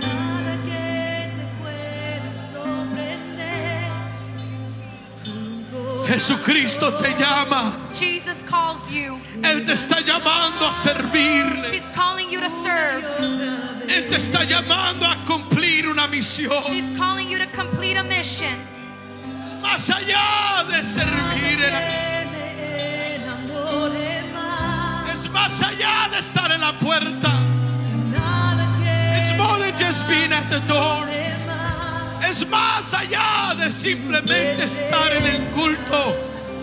D: Nada que te pueda sorprender. Su gozo
C: Jesucristo te llama.
B: Jesus calls you.
C: Él te está llamando a servirle.
B: He's calling you to serve.
C: Él te está llamando a cumplir una misión.
B: He's calling you to complete a mission.
C: Más allá de servir, en-
D: que me enamore más.
C: es más allá de estar en la puerta.
D: Nada
C: Es
D: que
C: more than just being at the door.
D: me más.
C: Es más allá de simplemente estar en el culto.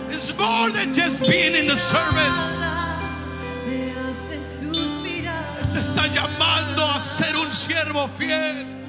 C: It's more than just being in the service.
D: Me hacen suspirar.
C: Te está llamando a ser un siervo fiel.